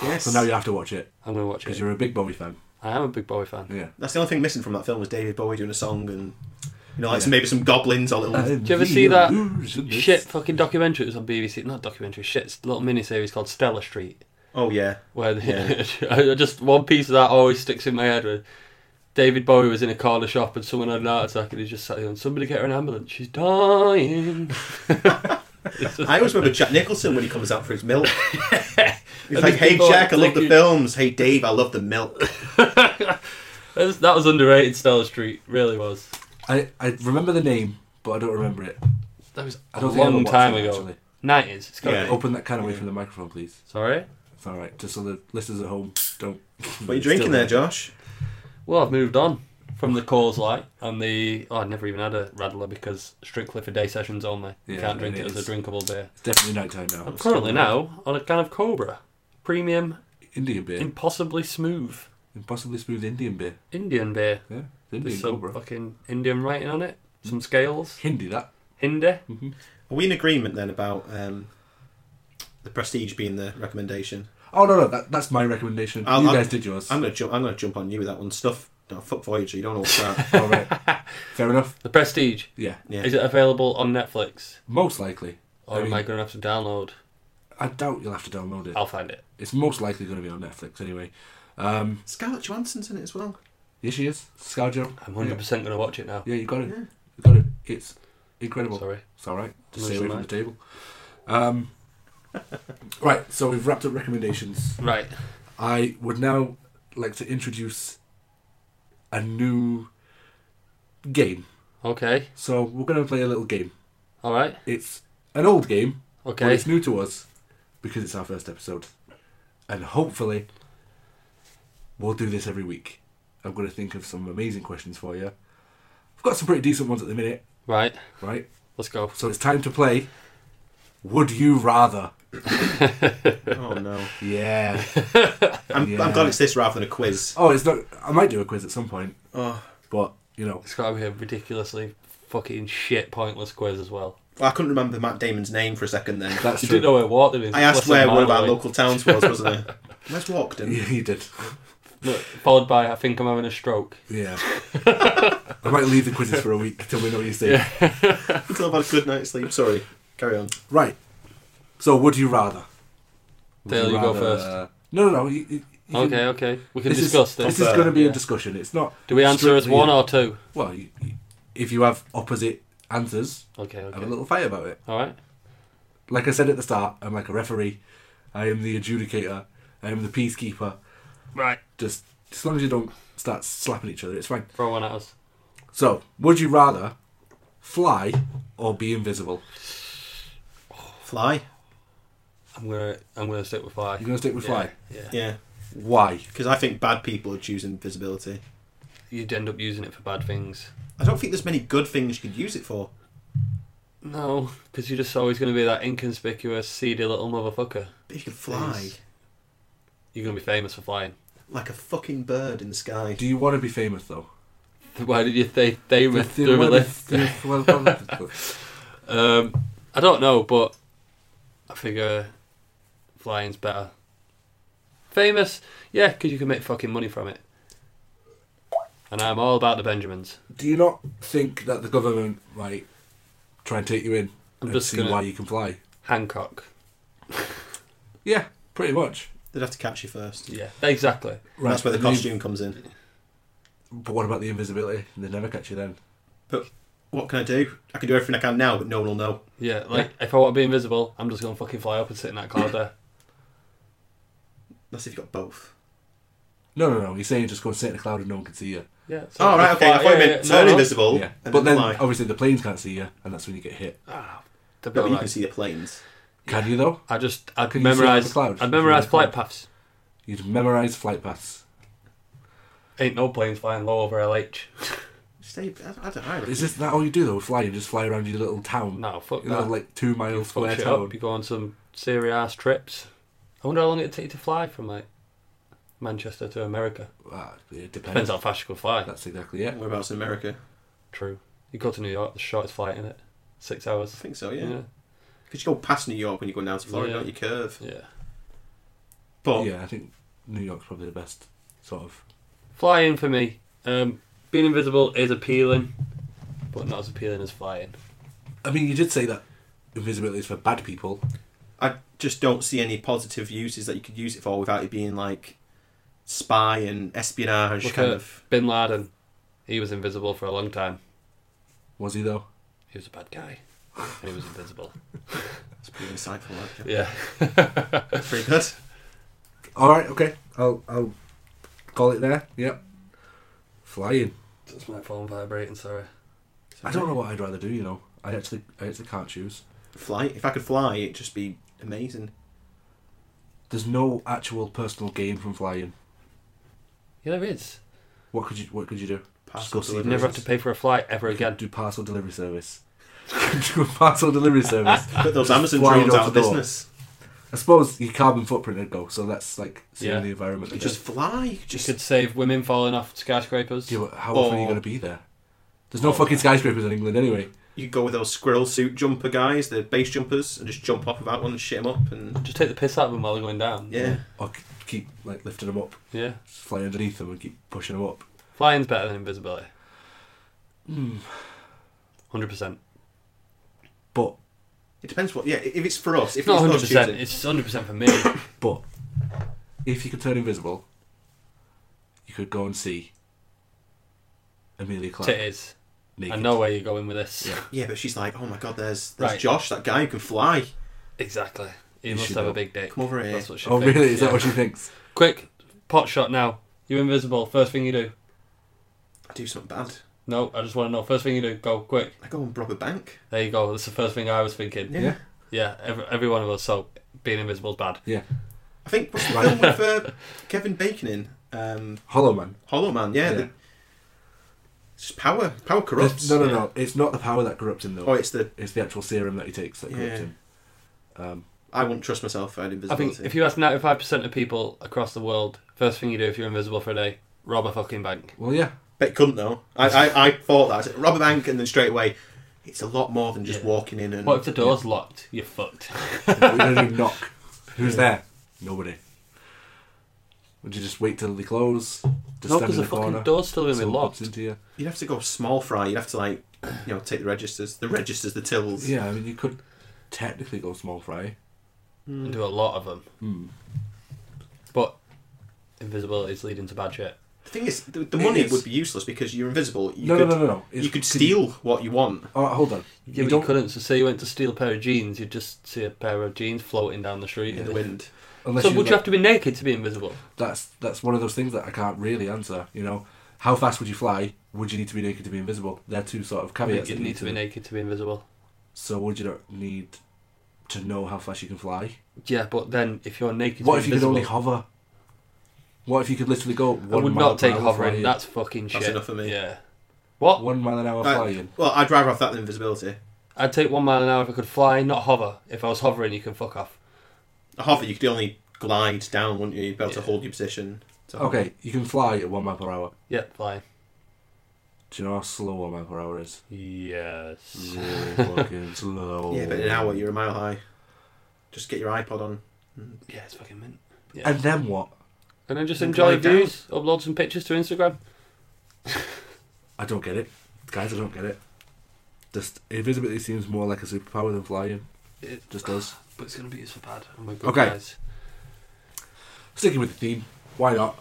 Yes.
So now you have to watch it
I'm gonna watch
because
it.
you're a big Bowie fan.
I am a big Bowie fan.
Yeah.
That's the only thing missing from that film was David Bowie doing a song and you know, like
Yeah.
some, maybe some goblins or little.
Do
Uh, you ever see that Shit, fucking documentary. It was on BBC. Not documentary. Shit, it's a little mini series called Stella Street.
oh yeah,
Where the, I just one piece of that always sticks in my head. Where David Bowie was in a corner shop and someone had an heart attack and he just sat there and somebody get her an ambulance. She's dying. It's just-
I always remember Jack Nicholson when he comes out for his milk. He's
And
like,
these
"Hey
people
Jack, I
are
love the
thinking-
films. Hey Dave, I love the milk."
That's- that was underrated. Stella Street really was.
I, I remember the name, but I don't remember it.
That was
I
a
don't think I
long
watched it,
time ago.
actually.
Nineties. It's got
Yeah.
to be.
Open that can away
Yeah.
from the microphone, please.
Sorry.
It's all right. Just so the listeners at home don't.
What are you drinking there, Josh?
Well, I've moved on from the Coors Light and the. Oh, I never even had a Radler because strictly for day sessions only. you
Yeah,
can't drink
and
it
it
as a
is-
drinkable beer.
It's definitely nighttime now.
I'm currently now on a can of Cobra, premium,
Indian beer.
impossibly smooth
Impossibly smooth Indian beer.
Indian beer.
Yeah. It's Indian
There's some
Cobra.
fucking Indian writing on it. Some scales.
Hindi that.
Hindi.
Are we in agreement then about um, the Prestige being the recommendation?
Oh no no that, that's my recommendation.
I'll-
you
I'll-
guys did yours.
I'm gonna jump. I'm gonna jump on you with that one. Stuff. No, fuck Voyager. You don't know what's that.
All right. Fair enough.
The Prestige.
Yeah.
Yeah.
Is it available on Netflix?
Most likely. I
Or am
mean-
I going to have to download?
I doubt you'll have to download it.
I'll find it.
It's most likely going to be on Netflix anyway. Um,
Scarlett Johansson's in it as well.
yes, she is. Scarjo.
I'm 100% going to watch it now.
Yeah, you got it.
Yeah.
You got it. It's incredible.
Sorry.
It's all right. Just
Lose
stay away
your
from the table.
mind.
Um, right. So we've wrapped up recommendations.
Right.
I would now like to introduce a new game.
Okay.
So we're going to play a little game.
All right.
It's an old game, but
Okay.
it's new to us because it's our first episode, and hopefully we'll do this every week. I'm going to think of some amazing questions for you. I've got some pretty decent ones at the minute,
Right.
right?
Let's go.
So it's time to play. Would you rather?
Oh no.
Yeah.
I'm,
Yeah.
I'm glad it's this rather than a quiz.
Oh, it's not. I might do a quiz at some point,
Oh,
but you know,
It's got to be a ridiculously fucking shit pointless quiz as well.
well, I couldn't remember Matt Damon's name for a second then.
that's
you
true.
didn't know where Walkden is.
I asked
Less
where
than a
one of
mile
our
away.
local towns was, wasn't I? Where's Walkden?
Yeah, you did.
Look, followed by, I think I'm having a stroke.
Yeah. I might leave the quizzes for a week till we know what you think.
Yeah.
Until I've had a good night's sleep. Sorry. Carry on.
Right. So, would you rather? Would
Dale, you go first.
uh, No, no, no. You, you, you can-
Okay, okay. We can
this
discuss
is,
this.
This is going to be a
Yeah.
discussion. It's not.
Do we answer as
strictly-
one or two?
Well, you, you- if you have opposite answers,
Okay,
have a
okay.
little fight about it.
All right.
Like I said at the start, I'm like a referee. I am the adjudicator. I am the peacekeeper.
Right.
Just as long as you don't start slapping each other, it's fine.
Throw one at us.
So, would you rather fly or be invisible?
Fly.
I'm gonna I'm gonna stick with fly.
You're going to stick with
yeah,
fly.
Yeah.
Yeah.
Why?
Because I think bad people would choose invisibility.
You'd end up using it for bad things.
I don't think there's many good things you could use it for.
No, because you're just always gonna be that inconspicuous, seedy little motherfucker.
But if you could fly
Yes. You're gonna be famous for flying.
like a fucking bird in the sky.
Do you want to be famous though?
Why did you think they were through a lift? Um, I don't know, but I figure flying's better. Famous, yeah, because you can make fucking money from it. And I'm all about the Benjamins.
Do you not think that the government might try and take you in
I'm
and
just
see
gonna-
why you can fly?
Hancock,
Yeah, pretty much.
They'd have to catch you first.
yeah, exactly.
Right.
That's where the
and you-
costume comes in.
But what about the invisibility? They never catch you then.
What can I do? I can do everything I can now, but no one will know.
Yeah, like if I want to be invisible, I'm just gonna fucking fly up and sit in that cloud there.
That's if you've got both.
No, no, no. You're saying just go and sit in a cloud and no one can see you.
Yeah.
Oh, right, okay. I thought you meant turn invisible.
yeah.
Oh, And
But then
fly.
obviously the planes can't see you, and that's when you get hit.
Ah,
No, but you can see the planes.
Can you though?
I just I
Could
could
you see
memorize.
the cloud?
I memorize
Could you see
flight
the
paths.
You'd memorise flight paths.
Ain't no planes flying low over LH.
Stay. I, I don't know.
Is this that all you do though? Fly and just fly around your little town,
No, fuck
you know,
that.
like two mile
you
square
fuck shit up.
town.
You go on some serious ass trips. I wonder how long it'd take you to fly from like Manchester to America.
Ah, it depends.
Depends how fast you can fly.
That's exactly it.
Whereabouts in America?
True. You go to New York, the shortest flight in it, six
I
hours.
think so, yeah.
Yeah.
Because you go past New York when you're going down to Florida,
Yeah.
don't you? Curve.
yeah.
But
Yeah, I think New York's probably the best sort of.
Flying for me. Um, being invisible is appealing, but not as appealing as flying.
I mean, you did say that invisibility is for bad people.
I just don't see any positive uses that you could use it for without it being like spy and espionage
Look
kind
at-
of.
Bin Laden, he was invisible for a long time.
Was he though?
He was a bad guy. And he was invisible.
It's pretty insightful. Like,
Yeah.
That's pretty good.
All right, okay. I'll I'll call it there. Yep. Flying.
That's my phone vibrating, sorry.
I don't know what I'd rather do. You know, I actually I actually can't choose.
Flight. If I could fly, it'd just be amazing.
There's no actual personal gain from flying.
Yeah, there is.
What could you What could you do? Just
Parcel
go see
You'd never have to pay for a flight ever again.
Do parcel delivery service. do a parcel delivery service.
Put those Amazon
Fly
drones
door
out of
to door.
business.
I suppose your carbon footprint would go. So that's like saving
Yeah.
the environment. a
You
bit.
just fly. You
You
just
could save women falling off skyscrapers.
Do you- how often are you
Or-
going to be there? There's no fucking skyscrapers in England anyway.
you could go with those squirrel suit jumper guys, the base jumpers, and just jump off without one and shit them up. And
Just take the piss out of them while they're going down.
yeah,
Or c- keep like lifting them up,
Yeah.
just fly underneath them and keep pushing them up.
Flying's better than invisibility.
Hmm.
Hundred percent.
But
it depends what. Yeah, if it's for us, if
It's not hundred
it's us
percent.
choosing-
It's hundred percent for me.
but if you could turn invisible, you could go and see Amelia Clark
Titties. I
naked.
know where you're going with this.
Yeah.
Yeah, but she's like, oh my god, there's there's
Right.
Josh, that guy who can fly.
Exactly. You
You
must
should
have
know.
a big dick.
Come over here.
That's what she
Oh
thinks,
really? Is
yeah.
that what she thinks?
Quick, pot shot now. You're invisible. First thing you do.
I do something bad.
No, I just want to know. First thing you do. Go quick.
I go and rob a bank.
There you go. That's the first thing I was thinking.
Yeah.
Yeah.
Yeah. Every, every one of us. So being invisible's bad.
Yeah.
I think what's the
Right.
film with uh, Kevin Bacon in um,
Hollow Man.
Hollow Man? Yeah,
Yeah.
the- it's just power. Power corrupts.
no, no, no. It's not the power that corrupts him though.
Oh, it's the
It's the actual serum that he takes that corrupts
Yeah.
him. Um,
I wouldn't trust myself for
I
invisibility.
think if you ask 95% of people across the world, first thing you do if you're invisible for a day, rob a fucking bank.
well, yeah.
bet you couldn't though. I, I, I thought that. I said, rob a bank and then straight away. It's a lot more than just
Yeah.
walking in and.
What if the door's locked? You're fucked.
we don't even knock. Who's there? Nobody. Would you just wait till they close? Just
no,
stand in
because the,
the corner.
fucking door's still going to be
someone bumps
locked.
into you.
You'd have to go small fry. You'd have to like, you know, take the registers, the registers, the tills.
Yeah, I mean you could technically go small fry.
And do a lot of them.
Hmm.
But invisibility is leading to bad shit.
The thing is, the, the
It
money
is.
would be useless because you're invisible. You
no,
could,
no, no, no, no. It's-
You could
you-
steal what you want.
oh, hold on.
Yeah,
you
but you
don't.
couldn't. So say you went to steal a pair of jeans, you'd just see a pair of jeans floating down the street.
in the wind.
unless
so
you,
would you have to be naked to be invisible?
That's that's one of those things that I can't really answer. You know, how fast would you fly? Would you need to be naked to be invisible? They're two sort of caveats.
you'd
that
need to be naked to be invisible.
So would you not need to know how fast you can fly?
Yeah, but then if you're naked,
what
to
if
be
you could
invisible,
only hover? What if you could literally go?
I
One
would
mile
not
per
take
hour
hovering.
flying?
That's fucking shit.
That's enough for me.
Yeah. What?
one mile an hour
Uh,
flying.
Well, I'd rather have that than invisibility.
I'd take one mile an hour if I could fly, not hover. If I was hovering, you can fuck off.
A hover, you could only glide down, wouldn't you? You'd be able to
Yeah.
hold your position. to hover.
Okay, you can fly at one mile per hour.
Yep, fly.
Do you know how slow a mile per hour is?
Yes.
Really fucking slow.
Yeah, but
Oh.
in an hour you're a mile high. Just get your iPod on.
Yeah, it's fucking mint.
And then what?
And then just
And
enjoy
glide down.
views. Upload some pictures to Instagram.
I don't get it, guys. I don't get it. Just invisibility seems more like a superpower than flying.
It-
Just does.
But it's gonna be so bad. Oh my
Okay. guys. Sticking with the theme, why not?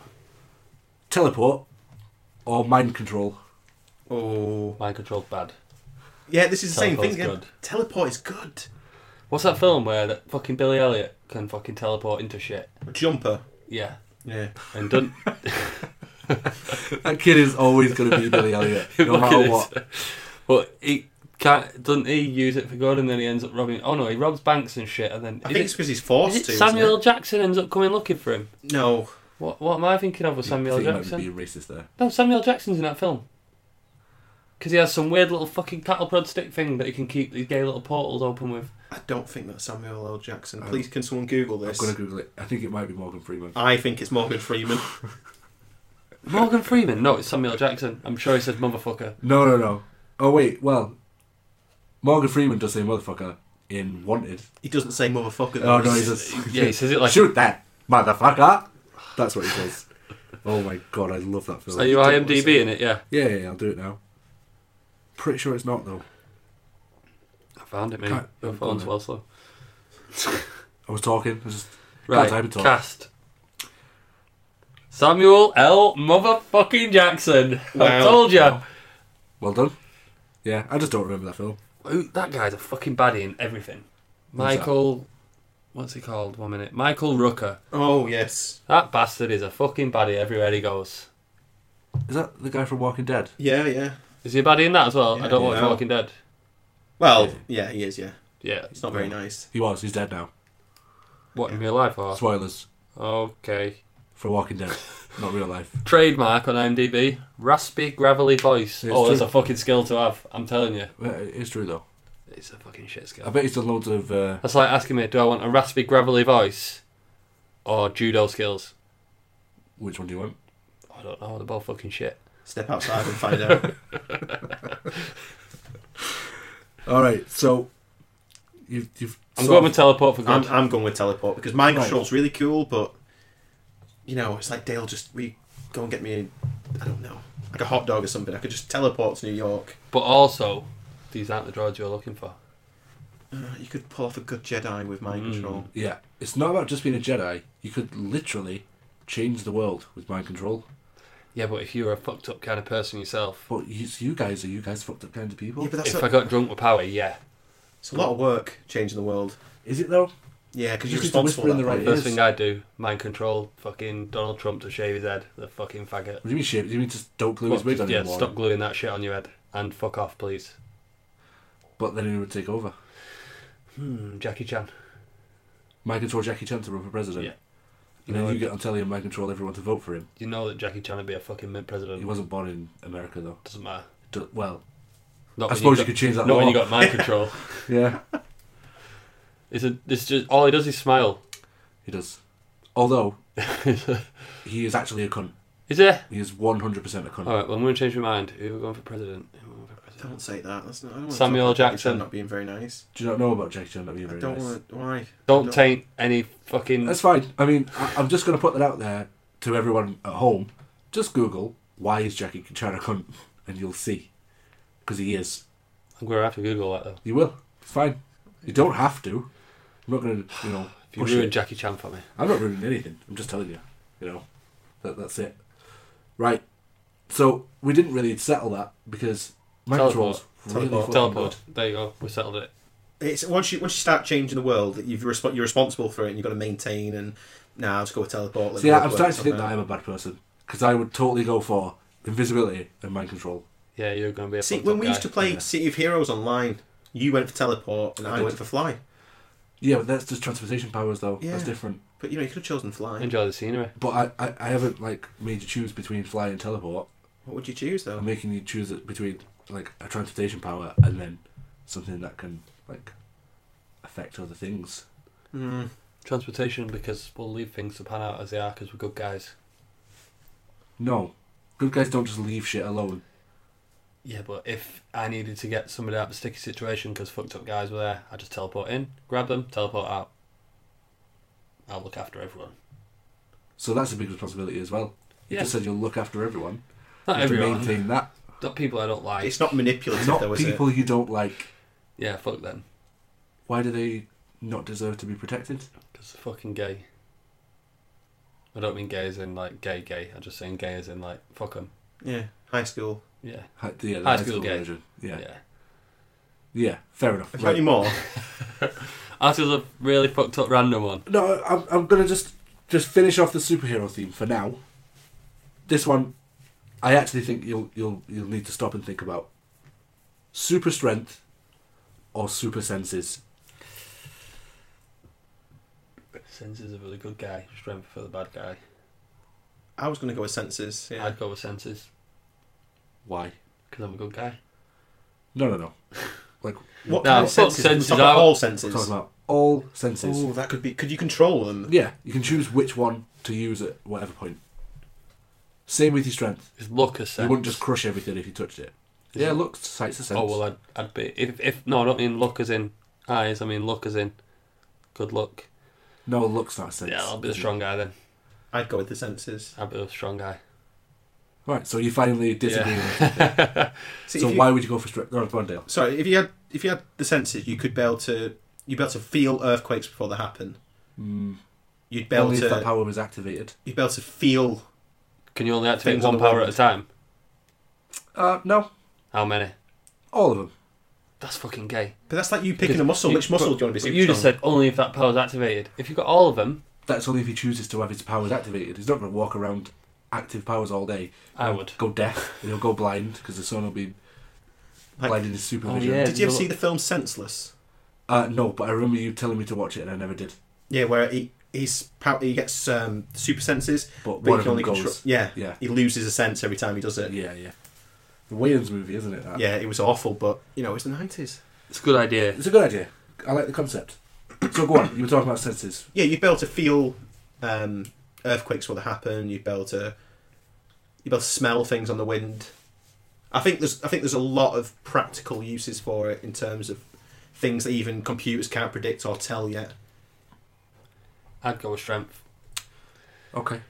Teleport or mind control.
Oh.
Mind control's bad.
Yeah, this is the same thing
Teleport's
again.
good.
Teleport is good.
What's that film where that fucking Billy Elliot can fucking teleport into shit?
Jumper.
Yeah.
Yeah.
And done.
That kid is always going to be Billy Elliot, no matter what.
But he can't, doesn't he use it for good and then he ends up robbing. Oh no, he robs banks and shit and then.
I
is
think
it-
it's because he's
is
forced
it
to. isn't
Samuel Jackson ends up coming looking for him.
it? No.
What what am I thinking of with
I
Samuel
think you might be
Jackson?
being racist there.
No, Samuel Jackson's in that film. Because he has some weird little fucking cattle prod stick thing that he can keep these gay little portals open with.
I don't think that's Samuel L. Jackson.
Oh.
Please, can someone Google
I'm
this?
going to Google it. I think it might be Morgan Freeman.
I think it's Morgan Freeman.
Morgan Freeman? No, it's Samuel Jackson. I'm sure he said motherfucker.
No, no, no. Oh wait, well, Morgan Freeman does say motherfucker in Wanted.
he doesn't say motherfucker. though.
Oh no, he says
Yeah, he says it like.
shoot that motherfucker. That's what he says. Oh my god, I love that film.
Are you
don't want to say
IMDb in it? Yeah.
Yeah, yeah, yeah, I'll do it now. Pretty sure it's not though.
I found it, mate.
Can't-
Your phone's well slow.
I was talking. I was just Can't type
Right,
at all.
cast. Samuel L. Motherfucking Jackson. I
Wow.
told you.
well done. Yeah, I just don't remember that film.
That guy's a fucking baddie in everything.
Who's that?
Michael. What's he called? One minute. Michael Rooker.
Oh yes.
That bastard is a fucking baddie everywhere he goes.
Is that the guy from Walking Dead?
Yeah, yeah.
Is he a baddie in that as well? I
Yeah,
don't
yeah.
watch Walking Dead.
Well, yeah, he is. Yeah,
Yeah.
it's not very nice.
He was. He's dead now.
What, in real life or?
Spoilers
Okay.
for Walking Dead, not real life.
Trademark on IMDb. Raspy, gravelly voice.
It's
oh, that's
true.
a fucking skill to have. I'm telling you.
Well, It's true though.
It's a fucking shit skill.
I bet he's done loads of. Uh,
That's like asking me, do I want a raspy, gravelly voice or judo skills?
which one do you want?
I don't know. They're both fucking shit.
Step outside and find out.
All right, so you've you've.
I'm
sort
going
of-
with teleport for
I'm,
good.
I'm going with teleport because mind
Right.
control's really cool, but you know, it's like Dale just we go and get me. I don't know, like a hot dog or something. I could just teleport to New York.
But also, these aren't the droids you're looking for.
Uh, you could pull off a good Jedi with mind
Mm.
control.
yeah, it's not about just being a Jedi. You could literally change the world with mind control.
Yeah, but if you were a fucked up kind of person yourself,
But you, you guys are you guys fucked up kinds of people.
Yeah, but that's
if
a,
I got drunk with power, yeah.
it's a lot of work changing the world.
Is it though?
Yeah, because
You
you're
just whisper in
responsible. at
the
that
right
point.
ear.
First
is.
thing I do, mind control, fucking Donald Trump to shave his head, the fucking faggot.
What do you mean shape? Do you mean just don't glue his
Well,
wig on
yeah,
anymore?
stop gluing that shit on your head and fuck off, please.
But then he would take over.
Hmm, Jackie Chan.
Mind control Jackie Chan to run for president.
Yeah. You
And then
know,
you get on telly and mind control everyone to vote for him.
you know that Jackie Chan would be a fucking mint president.
He wasn't born in America though.
Doesn't matter.
Do- well,
Um, Not
I
when
suppose you
got-
could change that
Not when
law.
you got mind control.
yeah,
It's a, it's just all he does is smile.
he does. Although he is actually a cunt.
Is there?
He is one hundred percent a cunt.
All right. Well, I'm going to change my mind. Who are we going for president? Who are we going for president?
Don't say that. That's not, I don't wanna
Samuel
talk about
Jackson.
not being very nice.
Do you not know about Jackie Chan? That'd be
I
very
don't
nice.
want to. Why?
Don't
No.
taint any fucking.
That's fine. I mean, I, I'm just going to put that out there to everyone at home. Just Google why is Jackie Chan a cunt, and you'll see. Because he is.
I'm going to have to Google that though.
You will. It's fine. You don't have to. I'm not going to, you know,
If you
push
ruin
it.
Jackie Chan for me,
I'm not ruining anything. I'm just telling you. You know, that that's it. Right. So we didn't really settle that because mind
Teleport.
control's really
Teleport.
fucking
teleport.
good.
There you go. We settled it.
It's once you once you start changing the world, that you've resp- you're responsible for it, and you've got to maintain. And now nah, I'll just go with teleport. let
See,
the
I-
world
I'm
work
starting to think that
somehow.
I'm a bad person because I would totally go for invisibility and mind control.
Yeah, you're going to be a.
See,
fucked
when
up
we
guy.
used to play
Yeah.
City of Heroes online, you went for teleport and
I
I,
did.
went for fly.
Yeah, but that's just transportation powers, though. That's
Yeah.
different.
But you know, you could have chosen fly.
enjoy the scenery.
But I, I, I haven't like made you choose between fly and teleport.
What would you choose though?
I'm making you choose it between like a transportation power and then something that can like affect other things.
Hmm.
Transportation because we'll leave things to pan out as they are because we're good guys.
No, good guys don't just leave shit alone.
Yeah, but if I needed to get somebody out of a sticky situation because fucked up guys were there, I just teleport in, grab them, teleport out. I'll look after everyone.
So that's a big responsibility as well. You
Yeah.
just said you'll look after everyone.
Not
You have to
everyone.
maintain that.
Not people I don't like.
It's not manipulative, though,
Not
is
people you don't like.
Yeah, fuck them.
Why do they not deserve to be protected?
Because they're fucking gay. I don't mean gay as in like gay gay. I'm just saying gay as in like fuck them.
it? Yeah. High school.
Yeah.
Hi- Yeah, the
High school gay.
version. Yeah.
Yeah.
yeah,
yeah.
fair enough.
Have you got any
Right.
more?
That is a really fucked up random one.
No, I'm, I'm gonna just just finish off the superhero theme for now. This one, I actually think you'll you'll you'll need to stop and think about super strength or super senses.
Senses are really good guy. Strength for the bad guy.
I was going to go with senses. Yeah.
I'd go with senses
Why?
because I'm a good guy.
No, no, no. Like
What
No,
kind of
fuck
senses?
senses,
We're talking about
I-
all
we're talking
senses.
about all senses.
Oh, that could be. Could you control them?
Yeah, you can choose which one to use at whatever point. Same with your strength.
Is look a sense?
You wouldn't just crush everything if you touched it.
Is
yeah,
it-
look, sight's a sense.
Oh well, I'd, I'd be if if no, I don't mean look as in eyes. I mean look as in good luck.
no, look's not a sense.
Yeah, I'll be the strong guy then.
I'd go with the senses.
I'll be the strong guy.
Right, so you finally disagree. with it.
See,
so
if you-
why would you go for strength? No, Bondale.
Sorry, if you had if you had the senses, you could be able to you'd be able to feel earthquakes before they happen.
Mm,
You'd be able
only if that
to
power was activated.
you'd be able to feel.
Can you only activate
Things on
one
the
power
wall.
at a time?
Uh, no,
How many?
all of them.
That's fucking gay.
But that's like you picking a muscle.
You-
Which muscle
but-
do you want to be
but
super
You just
strong?
said only if that power's activated. If you got all of them,
That's only if he chooses to have his powers activated. He's not going to walk around active powers all day.
I would.
Go deaf, and he'll go blind because the sun will be
Like-
blinding his supervision.
Oh, yeah.
Did you ever see the film Senseless?
uh, no, but I remember you telling me to watch it, and I never did.
Yeah, where he he's pow- he gets um, super senses,
But one
but he
of
can
them
only
goes.
control. Yeah,
Yeah.
he loses a sense every time he does it.
Yeah,
Yeah,
yeah. The Wayans movie, isn't it? That?
it was awful, but you know it's the nineties.
It's a good idea.
It's a good idea. I like the concept. So go on. You were talking about senses.
Yeah, you'd be able to feel um, earthquakes when they happen. You'd be able to you'd be able to smell things on the wind. I think there's I think there's a lot of practical uses for it in terms of things that even computers can't predict or tell yet.
I'd go with strength
Okay.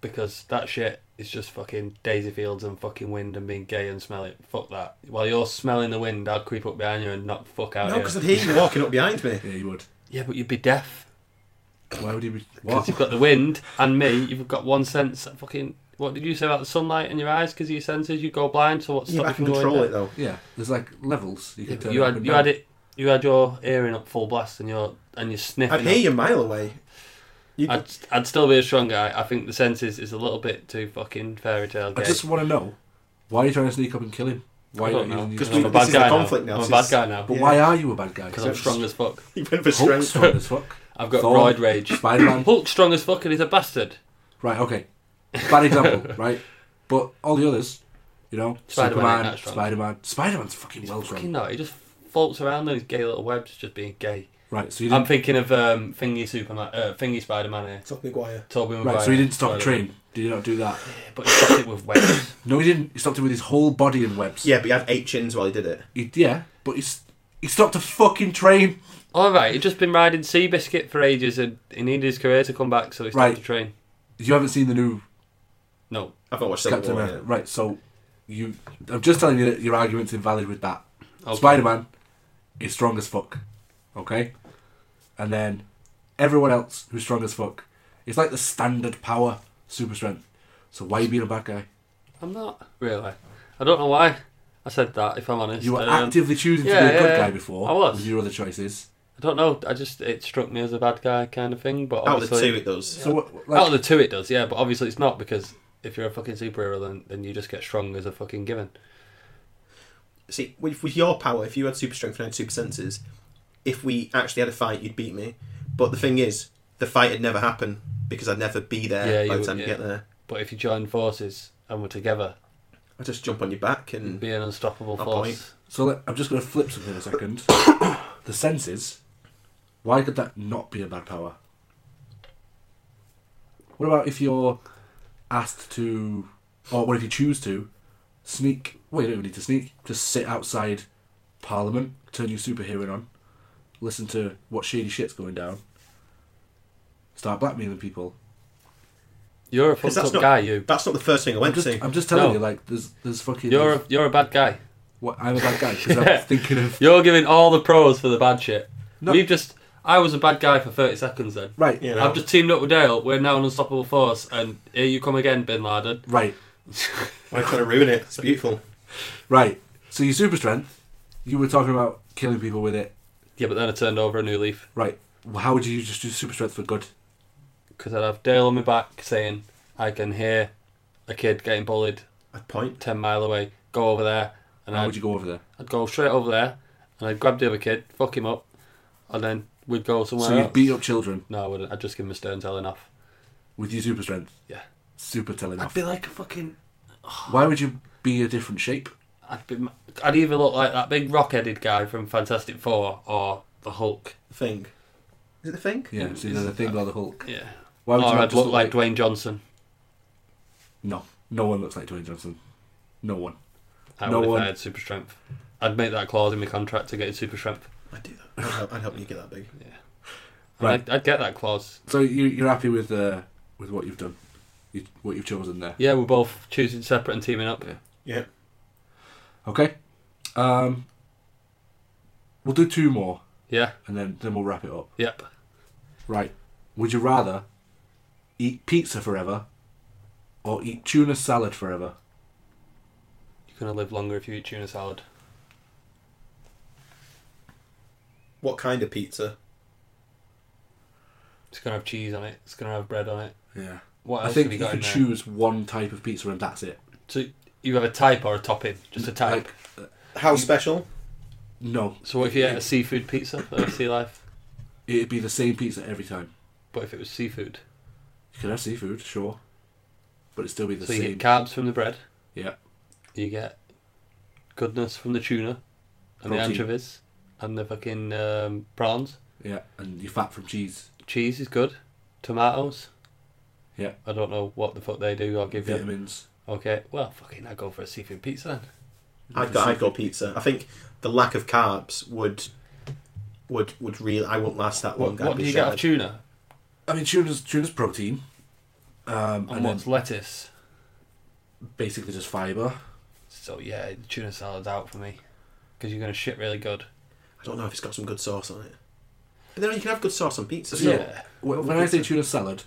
because that shit is just fucking daisy fields and fucking wind and being gay and smell it. Fuck that. While you're smelling the wind, I'd creep up behind you and knock the fuck out
No,
of you.
because I'd hear you walking up behind me.
Yeah, you would.
Yeah, but you'd be deaf
Why would you be?
because
What?
you've got the wind and me. You've got one sense. Of fucking what did you say about the sunlight in your eyes? Because your senses, you go blind. So what's
Yeah, but I
stopping
can
you from
control it
going
though.
Yeah. There's like levels you
deaf?
can
Yeah, but
turn.
you
up
had
and
you
down.
had it. You had your earring up full blast and your and you sniffing.
I'd hear
up.
you a mile away. You
I'd, I'd still be a strong guy. I think the senses is a little bit too fucking fairy tale.
I
gay.
just want to know why are you trying to sneak up and kill him? Why
I
not
don't know.
using your
Because
Because I'm
we-
a
strength?
bad
this is a
guy now.
conflict now,
I'm a
this
bad
is-
guy now
But
Yeah.
why are you a bad guy?
because I'm strong as fuck.
you went for
Hulk
strength.
strong as fuck.
I've got
Thor,
roid rage.
Spider-Man.
Hulk strong as fuck and he's a bastard.
Right. Okay. Bad example. right. But all the others, you know,
Spider-Man ain't
Superman,
that strong.
Spider-Man, Spider-Man's fucking
He's
well
fucking
strong.
not. He just floats around in his gay little webs, just being gay.
Right. So you
I'm
didn't.
thinking of um, Thingy Superman, uh, Thingy Spider-Man here.
Top McGuire.
Tobey Maguire.
Right. So he didn't stop the
Spider-Man.
train. Did you not do that?
Yeah, but he stopped it with webs.
No, he didn't. He stopped it with his whole body in webs.
Yeah, but you had eight chins while he did it.
He, yeah, but he's he stopped a fucking train.
All right, he'd just been riding Seabiscuit for ages and he needed his career to come back, so he stopped
Right.
the train.
You haven't seen the new
No,
I've not watched
Captain
Civil War
America,
yet.
right? So you, I'm just telling you that your argument's invalid with that.
Okay.
Spider-Man is strong as fuck, okay? And then everyone else who's strong as fuck, it's like the standard power, super strength. So why you being a bad guy?
I'm not really. I don't know why I said that. If I'm honest,
You were
Um,
actively choosing to
yeah,
be a good
yeah,
guy
yeah.
before.
I was.
With your other choices.
I don't know. I just it struck me as a bad guy kind of thing. But
Out of the
obviously,
two, it does.
So what?
out of
Like,
the two, it does. Yeah, but obviously it's not because if you're a fucking superhero, then then you just get strong as a fucking given.
See, with, with your power, if you had super strength and I had super senses, if we actually had a fight, you'd beat me. But the thing is, the fight would never happen because I'd never be there
Yeah,
by
you
the time
would,
you
yeah.
get there.
But if you join forces and we're together,
I'd just jump on your back and.
be an unstoppable
I'll
force.
so let, I'm just going to flip something a second. the senses. Why could that not be a bad power? What about if you're asked to, or what if you choose to, sneak Well, you don't even need to sneak. Just sit outside Parliament, turn your superhero on, listen to what shady shit's going down, start blackmailing people.
You're a
Because
fucked
that's
up
not
guy. You.
That's not the first thing I
I'm
went
just,
to see.
I'm just telling
No.
you, like, there's, there's fucking.
You're a, you're a bad guy.
what, I'm a bad guy because I
Yeah.
was thinking of.
You're giving all the pros for the bad shit.
No.
We've just. I was a bad guy for 30 seconds then.
Right,
You
I've
know,
just teamed up with Dale. We're now an unstoppable force, and here you come again, Bin Laden.
right,
I'm trying to ruin it. It's beautiful.
right. So your super strength, you were talking about killing people with it.
Yeah, but then I turned over a new leaf
Right. Well, how would you just do super strength for good?
because I'd have Dale on my back saying, "I can hear a kid getting bullied
A point.
ten mile away. Go over there." And
How
I'd,
would you go over there?
I'd go straight over there, and I'd grab the other kid, fuck him up, and then we'd go somewhere
So you
else.
beat up children
no, I wouldn't. I'd just give him a stern telling off.
with your super strength.
Yeah.
Super telling
I'd
off.
be like a fucking.
Why would you be a different shape?
I'd be. I'd either look like that big rock-headed guy from Fantastic Four or the Hulk.
The thing. Is it the thing?
Yeah, it's either the thing or the Hulk.
Yeah.
Why would
or
you not
Oh, I'd
just
look like Dwayne Johnson.
No, no one looks like Dwayne Johnson. No one.
I
No
would uh, if
one-
I had super strength. I'd make that clause in my contract to get super strength.
I'd do that. I'd help, I'd help you get that big.
And
Right.
I'd, I'd get that clause.
So you, you're happy with uh, with what you've done, you, what you've chosen there.
Yeah, we're both choosing separate and teaming up.
Yeah.
Yeah.
Okay. Um, we'll do two more,
Yeah.
and then then we'll wrap it up.
Yep.
Right. Would you rather eat pizza forever, or eat tuna salad forever?
You're gonna live longer if you eat tuna salad.
What kind of pizza?
It's gonna have cheese on it. It's gonna have bread on it.
Yeah.
What
I
else
think
have you
you
got
can
in there?
choose one type of pizza, and that's it.
So you have a type or a topping? Just a type.
Like,
How special?
no,
so what if you ate a seafood pizza for sea life?
it'd be the same pizza every time.
But if it was seafood,
You could have seafood, sure, but it'd still be the
so you
same.
get carbs from the bread.
Yeah.
You get goodness from the tuna, and the
Protein.
anchovies, and the fucking um, prawns.
Yeah, and your fat from cheese,
cheese is good. Tomatoes.
Yeah.
I don't know what the fuck they do. I'll give you.
vitamins.
Okay. Well, fucking, I go for a seafood pizza. Then.
I'd go, I'd go pizza. I think the lack of carbs would would would really. I wouldn't last that long.
What,
I'd
what
be
do you get
shattered.
of tuna?
I mean, tuna's tuna's protein, um,
And,
and then
what's lettuce?
basically just fiber.
So yeah, tuna salad's out for me. Because you're gonna shit really good.
I don't know if it's got some good sauce on it. But then you can have good sauce on pizza.
Yeah.
so-
When, when I say tuna salad,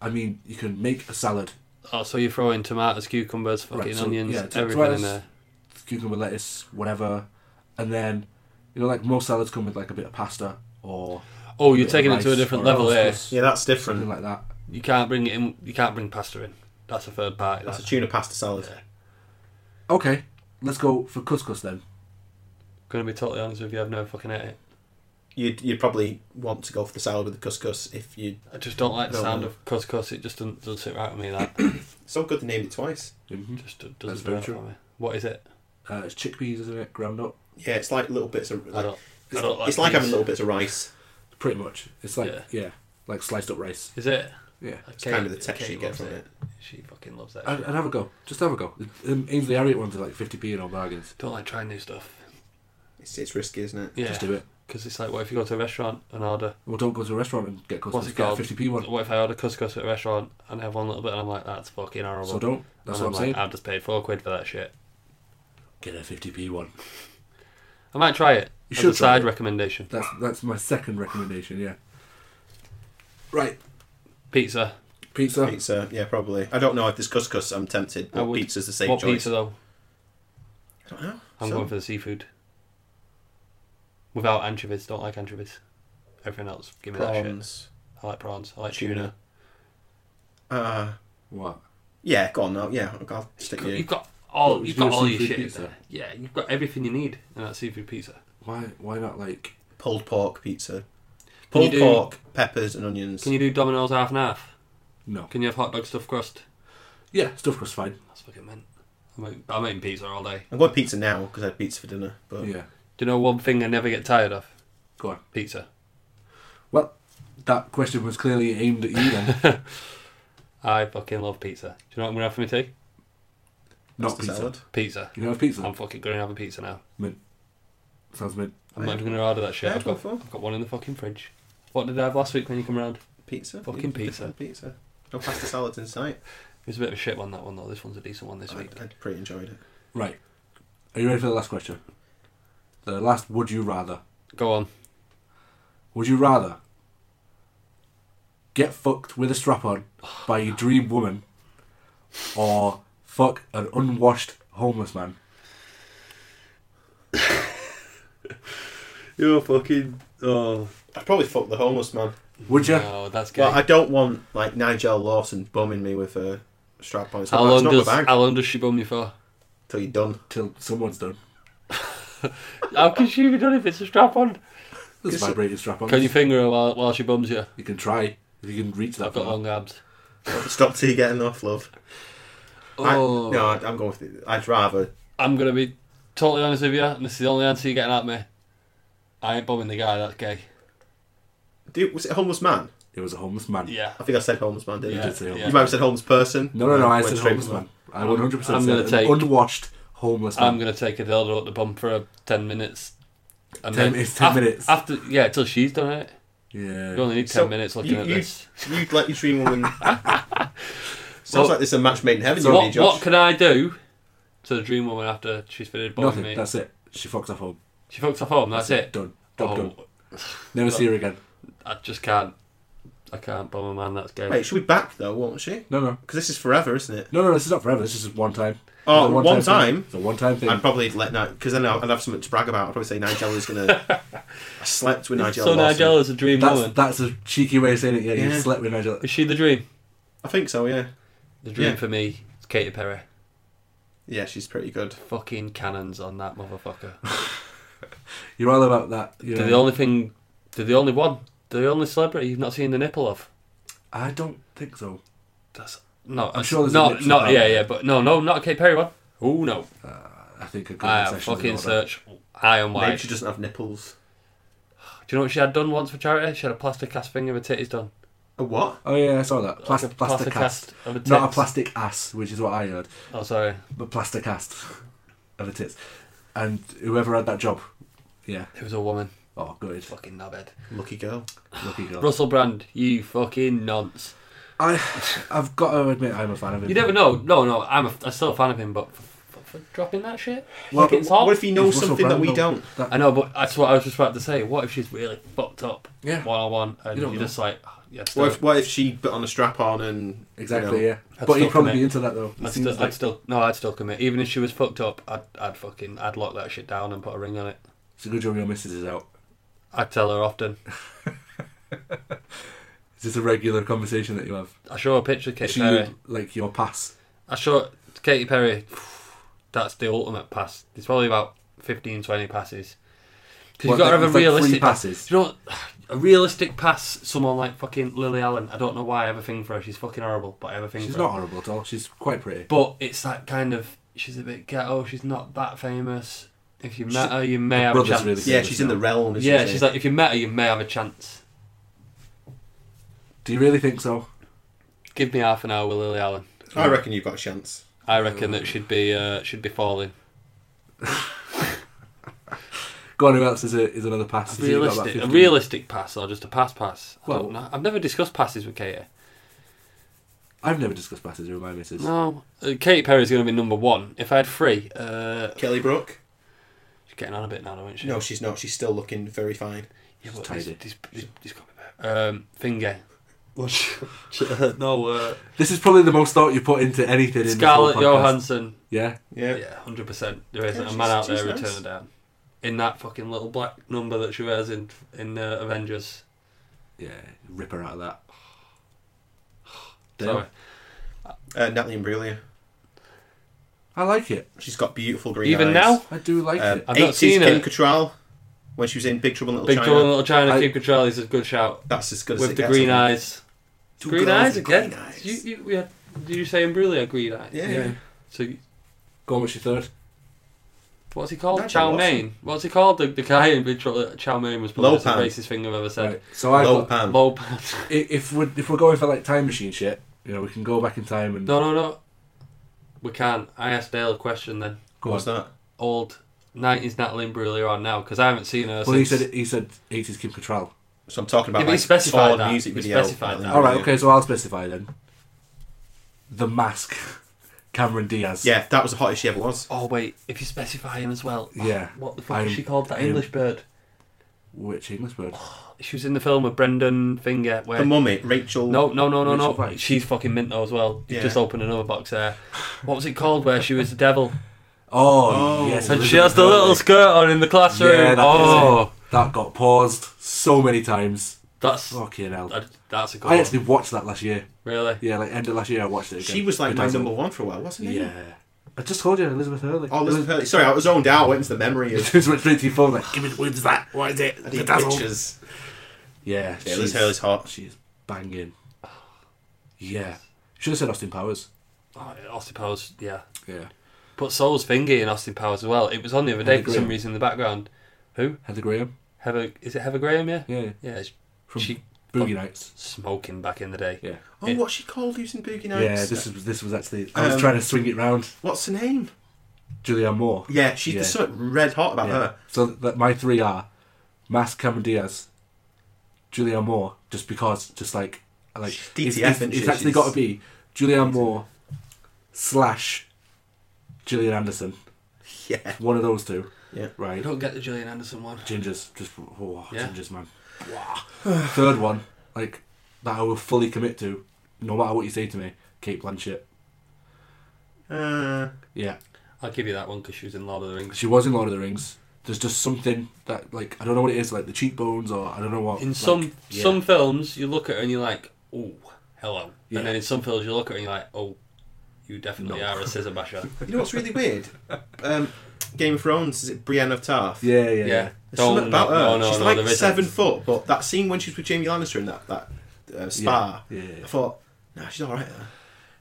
I mean you can make a salad,
Oh, so you're throwing tomatoes, cucumbers, fucking
Right, so,
onions,
yeah, t-
everything
tomatoes-
in there.
cucumber, lettuce, whatever, and then you know like most salads come with like a bit of pasta or
Oh,
bit
you're
of
taking it to a
rice
different
or
level here.
couscous,
Yeah, that's
something
different.
like that.
You can't bring it in. You can't bring pasta in. That's a third party.
That's
That's
a tuna pasta salad.
Okay, let's go for couscous then.
gonna be totally honest with you. I've never fucking ate it.
You'd you'd probably want to go for the salad with the couscous if you.
I just don't like the
No,
sound
no.
of couscous. It just doesn't, doesn't sit right with me. That
So good they named it twice.
Mhm.
just doesn't
That's
do
very
it
true.
for me. What is it?
Uh, it's chickpeas, isn't it? Ground up,
Yeah, it's like little bits of.
I
Like,
don't.
it's
I don't like
it's like having
these.
little bits of rice.
pretty much. It's like
Yeah.
yeah, like sliced up rice.
Is it?
Yeah,
It's kind of the texture you get from it.
She fucking loves that.
I'd,
shit.
I'd have a go. Just have a go. Um, Ainsley Harriet ones are like fifty p in all bargains.
Don't like trying new stuff.
It's, it's risky, isn't it?
Yeah.
Just do it.
Because it's like, what if you go to a restaurant and order?
Well, don't go to a restaurant and get
What's
couscous.
it
Get a
called?
fifty p one.
What if I order couscous at a restaurant and have one little bit and I'm like, that's fucking horrible.
So don't. That's
and
what I'm saying.
like, I've just paid four quid for that shit.
Get a fifty p one.
I might try it.
You
as
should
a
try
side
it.
recommendation.
That's that's my second recommendation. Yeah. Right,
Pizza.
pizza.
Pizza, yeah, probably. I don't know if there's couscous. I'm tempted.
I
But
would-
pizza's the safe
what
choice.
pizza though?
I don't know.
I'm
So-
going for the seafood. Without anchovies. Don't like anchovies. Everything else, give me that shit.
prawns,
I like prawns. I like tuna.
tuna. Uh,
What?
yeah, go on now. Yeah, I'll- I'll stick with
You've
you.
got
What,
all
we
you've
should do
got
a
all your
seafood
shit. in
pizza?
there. Yeah, you've got everything you need in that seafood pizza.
Why? Why not like?
Pulled pork pizza.
Can you
Pulled
do-
pork, peppers, and onions.
Can you do Domino's half and half?
No.
Can you have hot dog stuffed crust?
Yeah, stuffed crust fine.
That's what it meant. I'm eating, I'm eating pizza all day.
I'm going pizza now because I had pizza for dinner. But
Yeah.
Do you know one thing I never get tired of?
Go on.
Pizza.
Well, that question was clearly aimed at you then.
I fucking love pizza. Do you know what I'm gonna have for my tea?
Not
the
pizza.
salad.
Pizza.
You know, have
Hmm.
pizza.
I'm fucking going to have a pizza now.
Sounds mid.
I'm not even going to order that shit.
Yeah,
I've got,
go for it.
I've got one in the fucking fridge. What did I have last week when you come round?
Pizza.
Fucking
Yeah,
pizza.
Pizza. No pasta salads in sight.
It was a bit of a shit one, that one, though. This one's a decent one this
I,
week.
I pretty enjoyed it.
Right. Are you ready for the last question? The last would you rather?
Go on.
Would you rather get fucked with a strap on by your dream woman or fuck an unwashed homeless man?
You're fucking.
Oh.
I'd probably fuck the homeless man.
Would you?
No, Oh, that's gay.
Well, I don't want like Nigel Lawson bumming me with a strap on. It's not,
how,
my- it's
long
not
does,
my bag
how long does she bum you for?
till you're done.
Till someone's done.
How can she be done if it's a strap on?
There's vibrating strap on.
Can you finger her while, while she bums you?
You can try. If you can reach that
I've got
far.
long abs.
Stop till you're getting off, love. I,
Oh.
no, I, I'm going with it. I'd rather.
I'm going to be totally honest with you, and this is the only answer you're getting at me. I ain't bumming the guy, that's gay.
Do, was it a homeless man?
It was a homeless man.
Yeah.
I think I said homeless man, didn't
Yeah,
you?
did say
yeah.
You might have said homeless person.
No, no, no, I
Went
said
straight
homeless
for
man. I
I'm-
100%
I'm
said
gonna
an
take-
unwashed homeless man.
I'm going to take a dildo at the bum for uh, 10 minutes. And
Ten-
then-
it's 10
af-
minutes.
After, yeah, till she's done it. You
yeah.
only need 10
So,
minutes looking
you-
at
you-
this.
You'd let your dream woman. Sounds
Well-
like this is a match made in heaven,
So
you
what,
and me, Josh.
what can I do to the dream woman after she's finished bombing
Nothing.
me?
That's it. She fucks off home.
She fucks off home, that's, it.
Done. Job
Oh,
done. Never see her again.
I just can't. I can't bomb a man, that's gay.
Wait, she'll be back though, won't she?
No, no.
Because this is forever, isn't it?
No, no, this is not forever. This is just one time.
Oh,
It's a
one,
one-time
time.
It's a one time thing.
I'd probably let now because then I'd have something to brag about. I'd probably say Nigel is gonna. I slept with Nigel.
so
Lawson.
Nigel is a dream
That's,
woman.
that's a cheeky way of saying it. Yeah, you
Yeah.
slept with Nigel.
Is she the dream?
I think so. Yeah.
The dream
Yeah.
for me is Katy Perry.
Yeah, she's pretty good.
Fucking cannons on that motherfucker.
You're all about that. You
They're
know.
the only thing. They're the only one. They're the only celebrity you've not seen the nipple of.
I don't think so.
That's no. uh,
I'm sure there's a
not.
nipple
Not
out
yeah,
there.
yeah, but no, no, not a Katy Perry one. Oh no,
I think a
I
good
have
session.
fucking search high and
Maybe
wide.
she doesn't have nipples.
Do you know what she had done once for charity? She had a plastic cast finger with titties done.
A what?
Oh yeah, I saw that. Plastic,
Like a
plastic, cast.
of a tits.
Not a plastic ass, which is what I heard,
Oh sorry.
but plastic cast of a tits. And whoever had that job, yeah.
It was a woman.
Oh, good,
Fucking knobhead.
Lucky girl.
lucky girl.
Russell Brand, you fucking nonce.
I, I've got to admit, I'm a fan of him.
You never know. No, no, I'm, a, I'm still a fan of him, but for, for, for dropping that shit?
Well,
Fucking sod.
What if he knows
Russell
something that
Brand
we
though?
don't?
I know, but that's what I was just about to say. What if she's really fucked up
Yeah.
one on one and
You
you
don't
are
know.
just like, "Oh, yeah, still,
What if, what if she put on a strap on and
Exactly,
you know,
yeah.
I'd
But
still
he'd probably
commit.
be into that though. It
I'd,
seems
still,
like-
I'd still, no, I'd still commit. Even if she was fucked up, I'd, I'd fucking, I'd lock that shit down and put a ring on it.
it's a good job your missus is out.
I'd tell her often.
Is this a regular conversation that you have?
I show her a picture of
Is
Katy
she
Perry.
like your pass?
I show Katy Perry. That's the ultimate pass. There's probably about 15, 20 passes. Because
What,
you've got to
like-
have
it's
a
like three
realistic
passes?
Do you know what? a realistic pass? Someone like fucking Lily Allen. I don't know why I have a thing for her. She's fucking horrible, but I have a thing
She's
for
not
her.
horrible at all. She's quite pretty.
But it's that kind of she's a bit ghetto. She's not that famous. If you met
She's-
her, you may
her
have a
brother's
chance.
really
Yeah, she's in the realm. Isn't
yeah,
she?
she's like if you met her, you may have a chance.
Do you really think so?
Give me half an hour with Lily Allen.
I reckon you've got a chance.
I reckon that she'd be uh, she'd be falling.
Go on, who else is, a, is another pass?
A
Has he got about
realistic, a
15?
realistic pass or just a pass pass? I
Well-
don't know. I've never discussed passes with Katie.
I've never discussed passes with my missus.
No, uh, Katy Perry's going to be number one. If I had three, uh,
Kelly Brook.
she's getting on a bit now, though, isn't she?
No, she's not. She's still looking very fine.
yeah, but
tidy.
this- this- this- this got me better. Um, finger. no, uh,
This is probably the most thought you put into anything.
Scarlett
in this whole podcast.
Johansson.
Yeah,
Yeah.
Yeah, hundred percent. There isn't
Yeah,
a man
she's-
out there
she's
who
nice.
turned her down. In that fucking little black number that she wears in in uh, Avengers.
yeah. Rip her out of that. Dale?
Sorry.
Uh, Natalie Imbruglia.
I like it.
She's got beautiful green
Even
eyes.
now,
I do like
Um,
it.
I've not
80s
seen
Kim
it.
Cattrall when she was in Big Trouble in Little
Big
China.
Trouble in Little China,
I-
Kim Cattrall is a good shout.
That's as good as
with
it
the
gets,
green
I think.
eyes.
Two
green
girls
eyes
with
again.
green eyes.
You, you, we had, did you say Imbruglia green eyes?
Yeah.
So
Go on, what's your third?
what's he called?
Nigel
Chow
Lawson.
Mein. What's he called? The, the guy in Big Trouble. at- Chow Mein was probably the
Lopan.
racist thing I've ever said.
Right. So I
Low
got,
pan.
Lopan.
i- if we're if we're going for like time machine shit, you know, we can go back in time and
No, no, no. we can't. I asked Dale a question then.
Go
What's
on.
that?
Old 90s Natalie Imbruglia on now because I haven't seen her
Well, he
since.
said he said eighties Kim Cattrall.
So I'm talking about
Yeah, but he
like
specified
Ford
that.
music
He
video.
specified that.
All right, okay, so I'll specify then. The Mask, Cameron Diaz.
Yeah, that was the hottest she ever was.
Oh wait, if you specify him as well. Oh,
Yeah.
What the fuck
I'm-
is she called? That
I'm-
English bird.
Which English word?
She was in the film with Brendan Finger. Where
The mummy, Rachel.
no, no, no, no,
Rachel
no.
Weisz.
She's fucking Minto as well. You
Yeah.
just opened another box there. What was it called? Where she was the devil
Oh,
Oh.
yes.
and she
Elizabeth
has the little
Hurley.
skirt on in the classroom.
Yeah, that
oh,
That got paused so many times.
that's
Fucking hell.
that, that's a good.
I
one.
actually watched that last year.
Really?
Yeah, like end of last year, I watched it again.
She was like
Good
my
times.
number one for a while, wasn't she?
Yeah. I just told you, Elizabeth Hurley.
Oh, Elizabeth Hurley. Sorry, I was zoned out. I went into the memory of
Just went straight to your phone, like, give me the words that. What is it?
I need
Dazzle.
pictures.
Yeah,
Yeah, Elizabeth Hurley's hot.
She's banging. Yeah. Should have said Austin Powers.
Oh, Austin Powers. Yeah.
Yeah.
Put Soul's Thingy in Austin Powers as well. It was on the other day
Heather
for some
Graham.
reason in the background. Who?
Heather Graham.
Heather? Is it Heather Graham? Yeah.
Yeah.
Yeah. it's-
From
she
Boogie Nights.
smoking back in the day.
Yeah.
Oh,
It-
what's she called who's in Boogie Nights?
Yeah, this was this was actually. I was
Um,
trying to swing it round.
What's her name?
Julianne Moore.
Yeah, she's
Yeah.
there's something red hot about
Yeah.
her.
So that my three are Mask, Cameron Diaz, Julianne Moore. Just because, just like, I like
She's
it's,
DTF,
it's,
isn't
it's
she?
actually
She's-
got to be Julianne Moore slash Gillian Anderson.
Yeah.
One of those two.
Yeah.
You
Right. Oh,
don't get the Gillian Anderson one.
Gingers, just oh,
Yeah.
gingers, man. Wow. Third one, like that I will fully commit to, no matter what you say to me. Kate Blanchett.
Uh,
Yeah,
I'll give you that one because she was in Lord of the Rings.
she was in Lord of the Rings. There's just something that like I don't know what it is, like the cheekbones or I don't know what.
In
like,
some
yeah.
some films, you look at her and you're like, oh, hello.
Yeah.
And then in some films, you look at her and you're like, oh, you definitely
No.
are a scissor basher.
you know what's really weird? Um, Game of Thrones is it Brienne of Tarth?
Yeah, yeah, yeah.
yeah.
There's
Don't,
something about
no,
her.
Oh, no, no,
she's
no,
like
there isn't.
7 foot, but that scene when she's with Jamie Lannister in that that uh, spa,
Yeah, yeah, yeah.
I thought, nah, she's all right. There.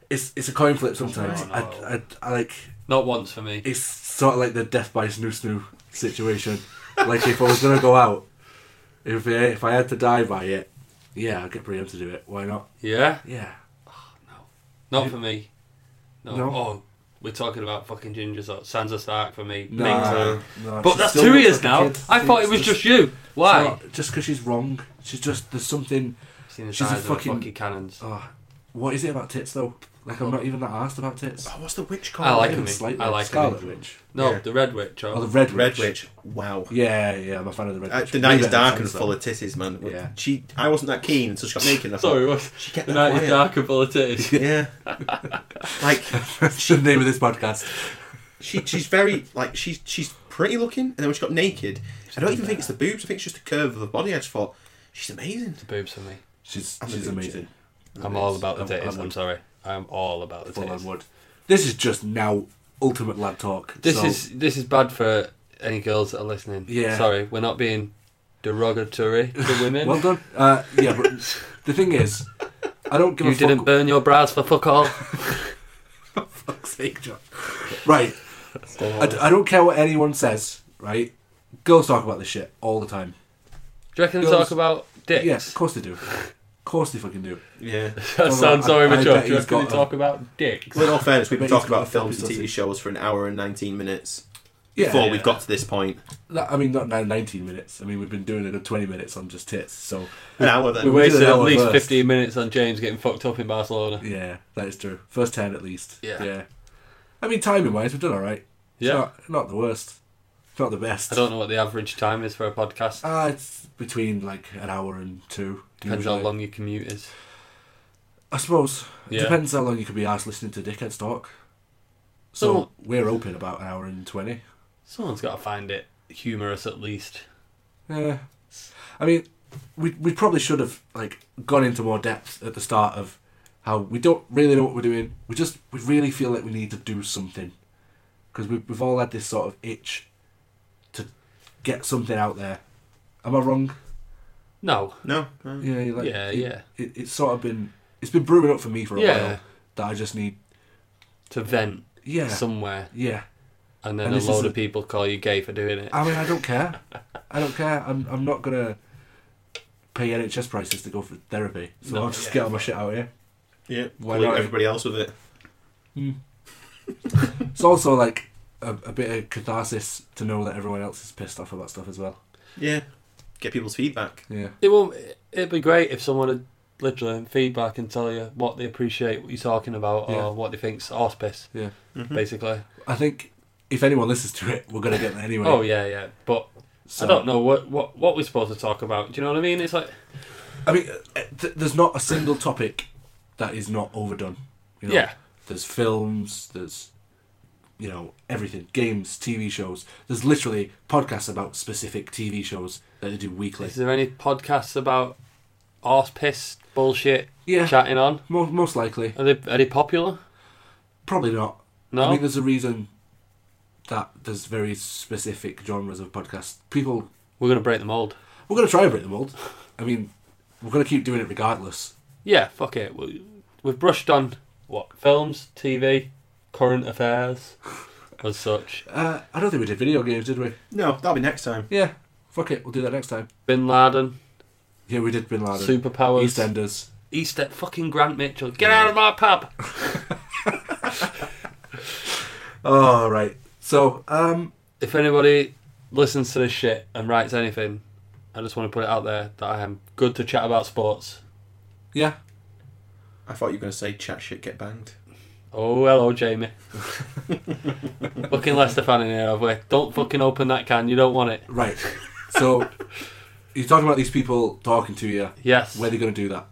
It's it's a coin flip sometimes.
Oh, no.
I, I, I like
Not once for me.
it's sort of like the death by snoo snoo situation. like if I was gonna go out, if I, if I had to die by it, yeah, I'd get Brienne to do it. Why not?
Yeah?
Yeah.
Not for me. No.
No.
Oh, we're talking about fucking gingers or Sansa Stark for me.
No,
Big time.
no,
But
she
that's
still
two
looks like
years
a
now.
kid.
I
She-
thought it was
it's
just you. Why?
not- just because she's wrong. She's just there's something.
Seen the
She's a
size of the
fucking-
fucking cannons.
Oh, what is it about tits though? Like I'm not even that asked about tits.
Oh, what's the witch called?
I like
Even
him.
slightly.
I like
Scarlet
him.
Witch.
No,
Yeah.
the Red Witch.
Oh, the
Or,
red witch.
Red Witch. Wow.
Yeah, yeah, I'm a fan of the red
Uh,
witch.
the night
Maybe
is
I
dark
sound
and
so.
full of titties, man.
Yeah.
She, I wasn't that keen, so she got naked. And I thought,
sorry, what?
she kept
The
that
night
quiet.
is dark and full of titties.
Yeah. like
That's the name of this podcast.
she, she's very like she's she's pretty looking, and then when she got naked, I don't even think it's the boobs. I think it's just the curve of the body. I just thought she's amazing.
The boobs for me.
She's
I'm a
she's
dude,
amazing.
I'm all about the
I'm- I'm
titties. I'm
with-
sorry. I'm all about the
Full on
titties.
wood. This is just now ultimate lad talk.
This
so-
is this is bad for any girls that are listening.
Yeah.
Sorry, we're not being derogatory to women.
well done. Uh, yeah, but the thing is, I don't give
you
a fuck.
didn't burn your bras for fuck all.
Fuck's sake, John. Right. I, d- I don't care what anyone says, right? Girls talk about this shit all the time.
Do you reckon they
Girls-
talk about dicks?
Yes, of course they do. Of course they fucking do.
Yeah.
That sounds so
I- I
immature.
bet
Do you
he's
reckon they
got a-
talk about dicks?
Well, in all fairness,
I
we've
bet
been
he's
talking
got a
about films and
floppy
TV
sausage.
shows for an hour and nineteen minutes
Yeah.
before
yeah.
we've got to this point.
That- I mean, not now 19 minutes. I mean, we've been doing it at 20 minutes on just tits. So,
An hour
We
then.
were-
wasted
did an
at
hour
least
first.
15 minutes on James getting fucked up in Barcelona.
yeah, that is true. First 10 at least.
Yeah.
I mean, timing wise, we've done all right. It's
Yeah.
Not, not the worst. It's not the best.
I don't know what the average time is for a podcast.
Uh, it's between like an hour and two.
Depends how
usually.
long your commute is.
I suppose. It
Yeah.
Depends how long you can be asked listening to Dickhead talk. So
Someone,
we're open about an hour and 20.
someone's got to find it humorous at least.
Yeah. Eh. I mean, we we probably should have like gone into more depth at the start of how we don't really know what we're doing. We just we really feel like we need to do something because we've we've all had this sort of itch to get something out there. Am I wrong?
No.
No. no.
Yeah, you're like,
Yeah,
it-
yeah.
It, it's sort of been it's been brewing up for me for a
Yeah.
while that I just need.
To vent
Yeah,
somewhere,
yeah.
and then
And
a
this
load
is
of
a-
people call you gay for doing it.
I mean, I don't care. I don't care. I'm I'm not gonna pay NHS prices to go for therapy, so
No,
I'll just
yeah.
get all my shit out here.
Yeah.
Why
Leave
not?
Hmm.
everybody else with it.
It's also like a, a bit of catharsis to know that everyone else is pissed off about stuff as well.
Yeah. Get people's feedback.
Yeah.
It will. It'd be great if someone had literally feedback and tell you what they appreciate, what you're talking about,
Yeah. Mm-hmm.
or what they think's arse piss, basically.
I think if anyone listens to it, we're going to get there anyway.
Oh yeah, yeah. But
so,
I don't know what what what we're supposed to talk about. Do you know what I mean? It's like
I mean, uh, th- there's not a single topic that is not overdone. You know?
yeah,
There's films, there's, you know, everything games, TV shows. There's literally podcasts about specific TV shows that they do weekly.
Is there any podcasts about arse piss bullshit
Yeah,
chatting on?
mo- most likely.
Are they are they popular?
Probably not.
No.
I mean, there's a reason that there's very specific genres of podcasts. People,
We're gonna break the mold.
we're going to try and break the mold. I mean, we're going to keep doing it regardless.
Yeah, fuck it. We, we've brushed on what films, TV, current affairs, as such.
Uh, I don't think we did video games, did we?
No, that'll be next time.
Yeah. Fuck it, we'll do that next time.
Bin Laden,
Yeah, we did Bin Laden.
superpowers, East End.
EastEnders.
East End, fucking Grant Mitchell, get out of my pub.
Oh, right. So, um,
If anybody listens to this shit and writes anything, I just want to put it out there that I am good to chat about sports.
yeah.
I thought you were going to say chat shit, get banged.
Oh, hello, Jamie. fucking Leicester fan in here, have we? Don't fucking open that can. You don't want it.
Right. So, you're talking about these people talking to you.
Yes.
Where are they going to do that?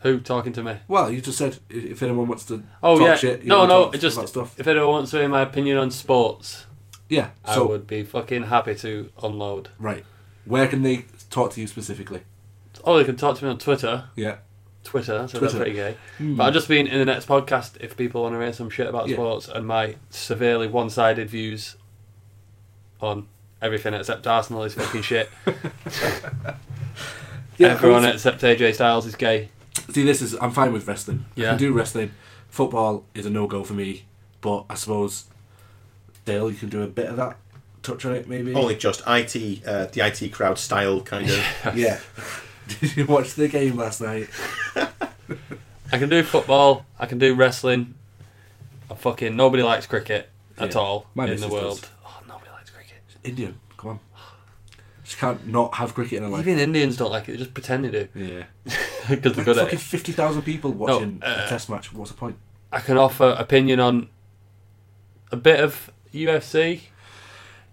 Who talking to me?
Well, you just said i- if anyone wants to
Oh
talk
yeah.
shit, you
no,
wanna
no.
talk
just
about stuff.
if anyone wants to hear my opinion on sports,
Yeah.
I
So,
would be fucking happy to unload.
right. Where can they talk to you specifically?
Oh, they can talk to me on Twitter.
Yeah.
Twitter. So that's
Twitter. Hmm.
pretty gay. But I'll just be in, in the next podcast if people want to hear some shit about
Yeah.
sports and my severely one-sided views on. Everything except Arsenal is fucking shit.
Yeah,
Everyone
I
except AJ Styles is gay.
was- See, this is I'm fine with wrestling. I
Yeah.
can do wrestling. Football is a no go for me, but I suppose Dale, you can do a bit of that. Touch on it, maybe.
Oh,
Only just IT, uh, the IT crowd style kind of.
yeah. Did you watch the game last night?
I can do football. I can do wrestling. I fucking nobody likes cricket at
Yeah.
all
My
in
missus
the world.
does.
Oh, nobody likes cricket.
Indian, come on. She can't not have cricket in her life.
Even Indians don't like it. They just pretend they do
Yeah.
because they're
Like
good at
fucking
it.
50,000 people watching a
uh,
test match. What's the point?
I can offer opinion on a bit of UFC.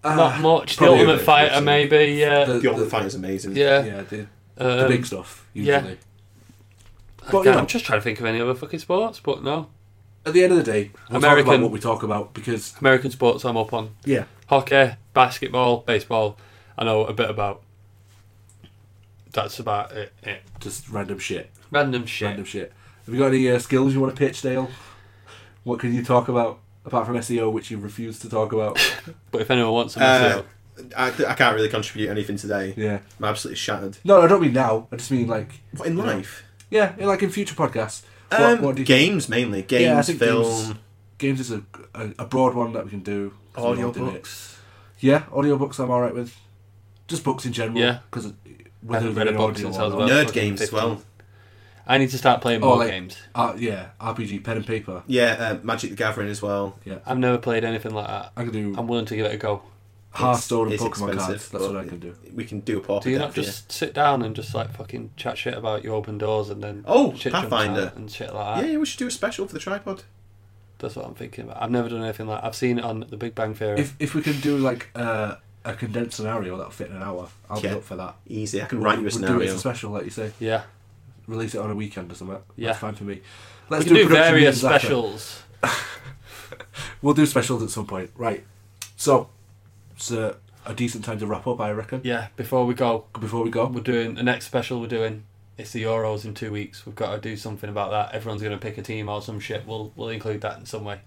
Not much. The
Ah, probably
Ultimate
a bit of
Fighter,
UFC.
maybe. Yeah.
The-
The Ultimate Fighter's amazing.
yeah.
yeah, the, the
Um,
big stuff,
yeah.
usually.
I
but,
can't-
you know-
I'm just trying to think of any other fucking sports, but no.
At the end of the day, we'll talk about
American-
what we talk about because,
American sports I'm up on.
yeah,
Hockey, basketball, baseball. I know a bit about. That's about it. it.
just random shit.
Random shit.
Random shit. Have you got any uh, skills you want to pitch, Dale? What can you talk about apart from SEO, which you refuse to talk about?
But if anyone wants to mess it
Uh,
up,
I, I can't really contribute anything today.
yeah.
I'm absolutely shattered.
No, I don't mean now. I just mean like,
What in life?
yeah, like in future podcasts. What,
um,
what do you,
games mainly. Games,
Yeah, I think
film,
games is a, a, a broad one that we can do. 'cause we all
audio
did it.
books.
Yeah, audiobooks I'm alright with. Just books in general.
Yeah.
Because
I
whether
haven't
they're
read a
in
book
audio
since
or
I was
not.
about
Nerd
fucking
games as
15.
well.
I need to start playing
Oh,
more
like-
games.
Uh, yeah, RPG, pen and paper.
Yeah, uh, Magic the Gathering as well.
I've never played anything like that.
I can do
I'm willing to give it a go.
Hearthstone and
it's
Pokemon
expensive,
cards. That's
but
what I can do.
We can do a pop.
Do you not just sit down and just like fucking chat shit about your open doors and then
Oh,
shit jumps
Pathfinder.
out and shit like
Yeah,
that?
yeah, we should do a special for the tripod.
That's what I'm thinking about. I've never done anything like. I've seen it on The Big Bang Theory.
If if we can do like uh, a condensed scenario that'll fit in an hour, I'll be
Yeah.
up for that.
Easy. I can write you a
We'll do it
scenario.
as a special, like you say.
yeah,
Release it on a weekend or something.
Yeah.
That's fine for me. Let's
we can do,
production
various
meetings after.
specials.
We'll do specials at some point. Right. So, it's a, a decent time to wrap up, I reckon.
Yeah, before we go,
Before we go.
we're doing the next special. We're doing it's the Euros in two weeks. We've got to do something about that. Everyone's going to pick a team or some shit. We'll we'll include that in some way.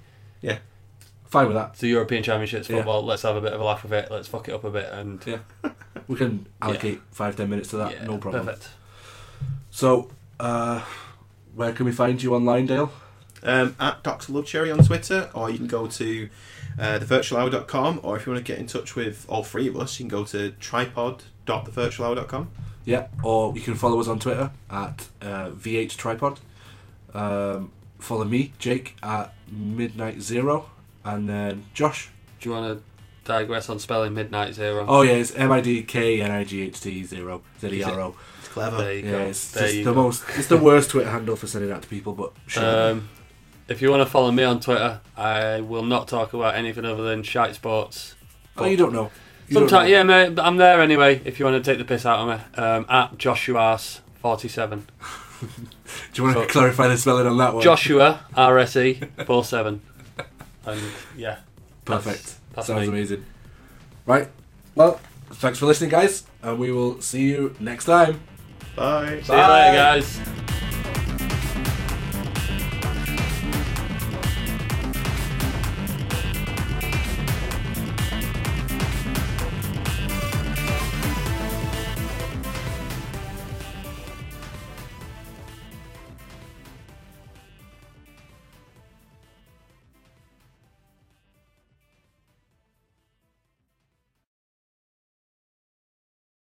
Fine with that.
It's the European Championships
Yeah.
football. Let's have a bit of a laugh with it. Let's fuck it up a bit and
We can allocate five, ten minutes to that.
yeah,
no problem.
Perfect.
So, uh, where can we find you online, Dale?
um, at Dr. Love Cherry on Twitter, or you can go to uh, thevirtualhour.com, or if you want to get in touch with all three of us, you can go to tripod.thevirtualhour.com.
Yeah, or you can follow us on Twitter at uh, VH Tripod. Um, follow me, Jake, at Midnight Zero And then Josh.
Do you want to digress on spelling Midnight Zero?
Oh yeah, it's M I D K N I G H T zero Z E R O.
It's clever.
there you
Yeah,
go.
it's
there
just
you
the
go.
most. It's the worst Twitter handle for sending out to people, but sure.
Um, if you want to follow me on Twitter, I will not talk about anything other than shite sports.
oh, you don't know. You don't
Sometimes,
know.
yeah, mate, but I'm there anyway. If you want to take the piss out of me, um, at Joshua's forty-seven,
Do you want to
So-
clarify the spelling on that one?
Joshua R S E four seven, and yeah, that's-
Perfect.
that's
Sounds
me.
amazing. Right. Well, thanks for listening, guys, and we will see you next time.
Bye.
See you later, guys.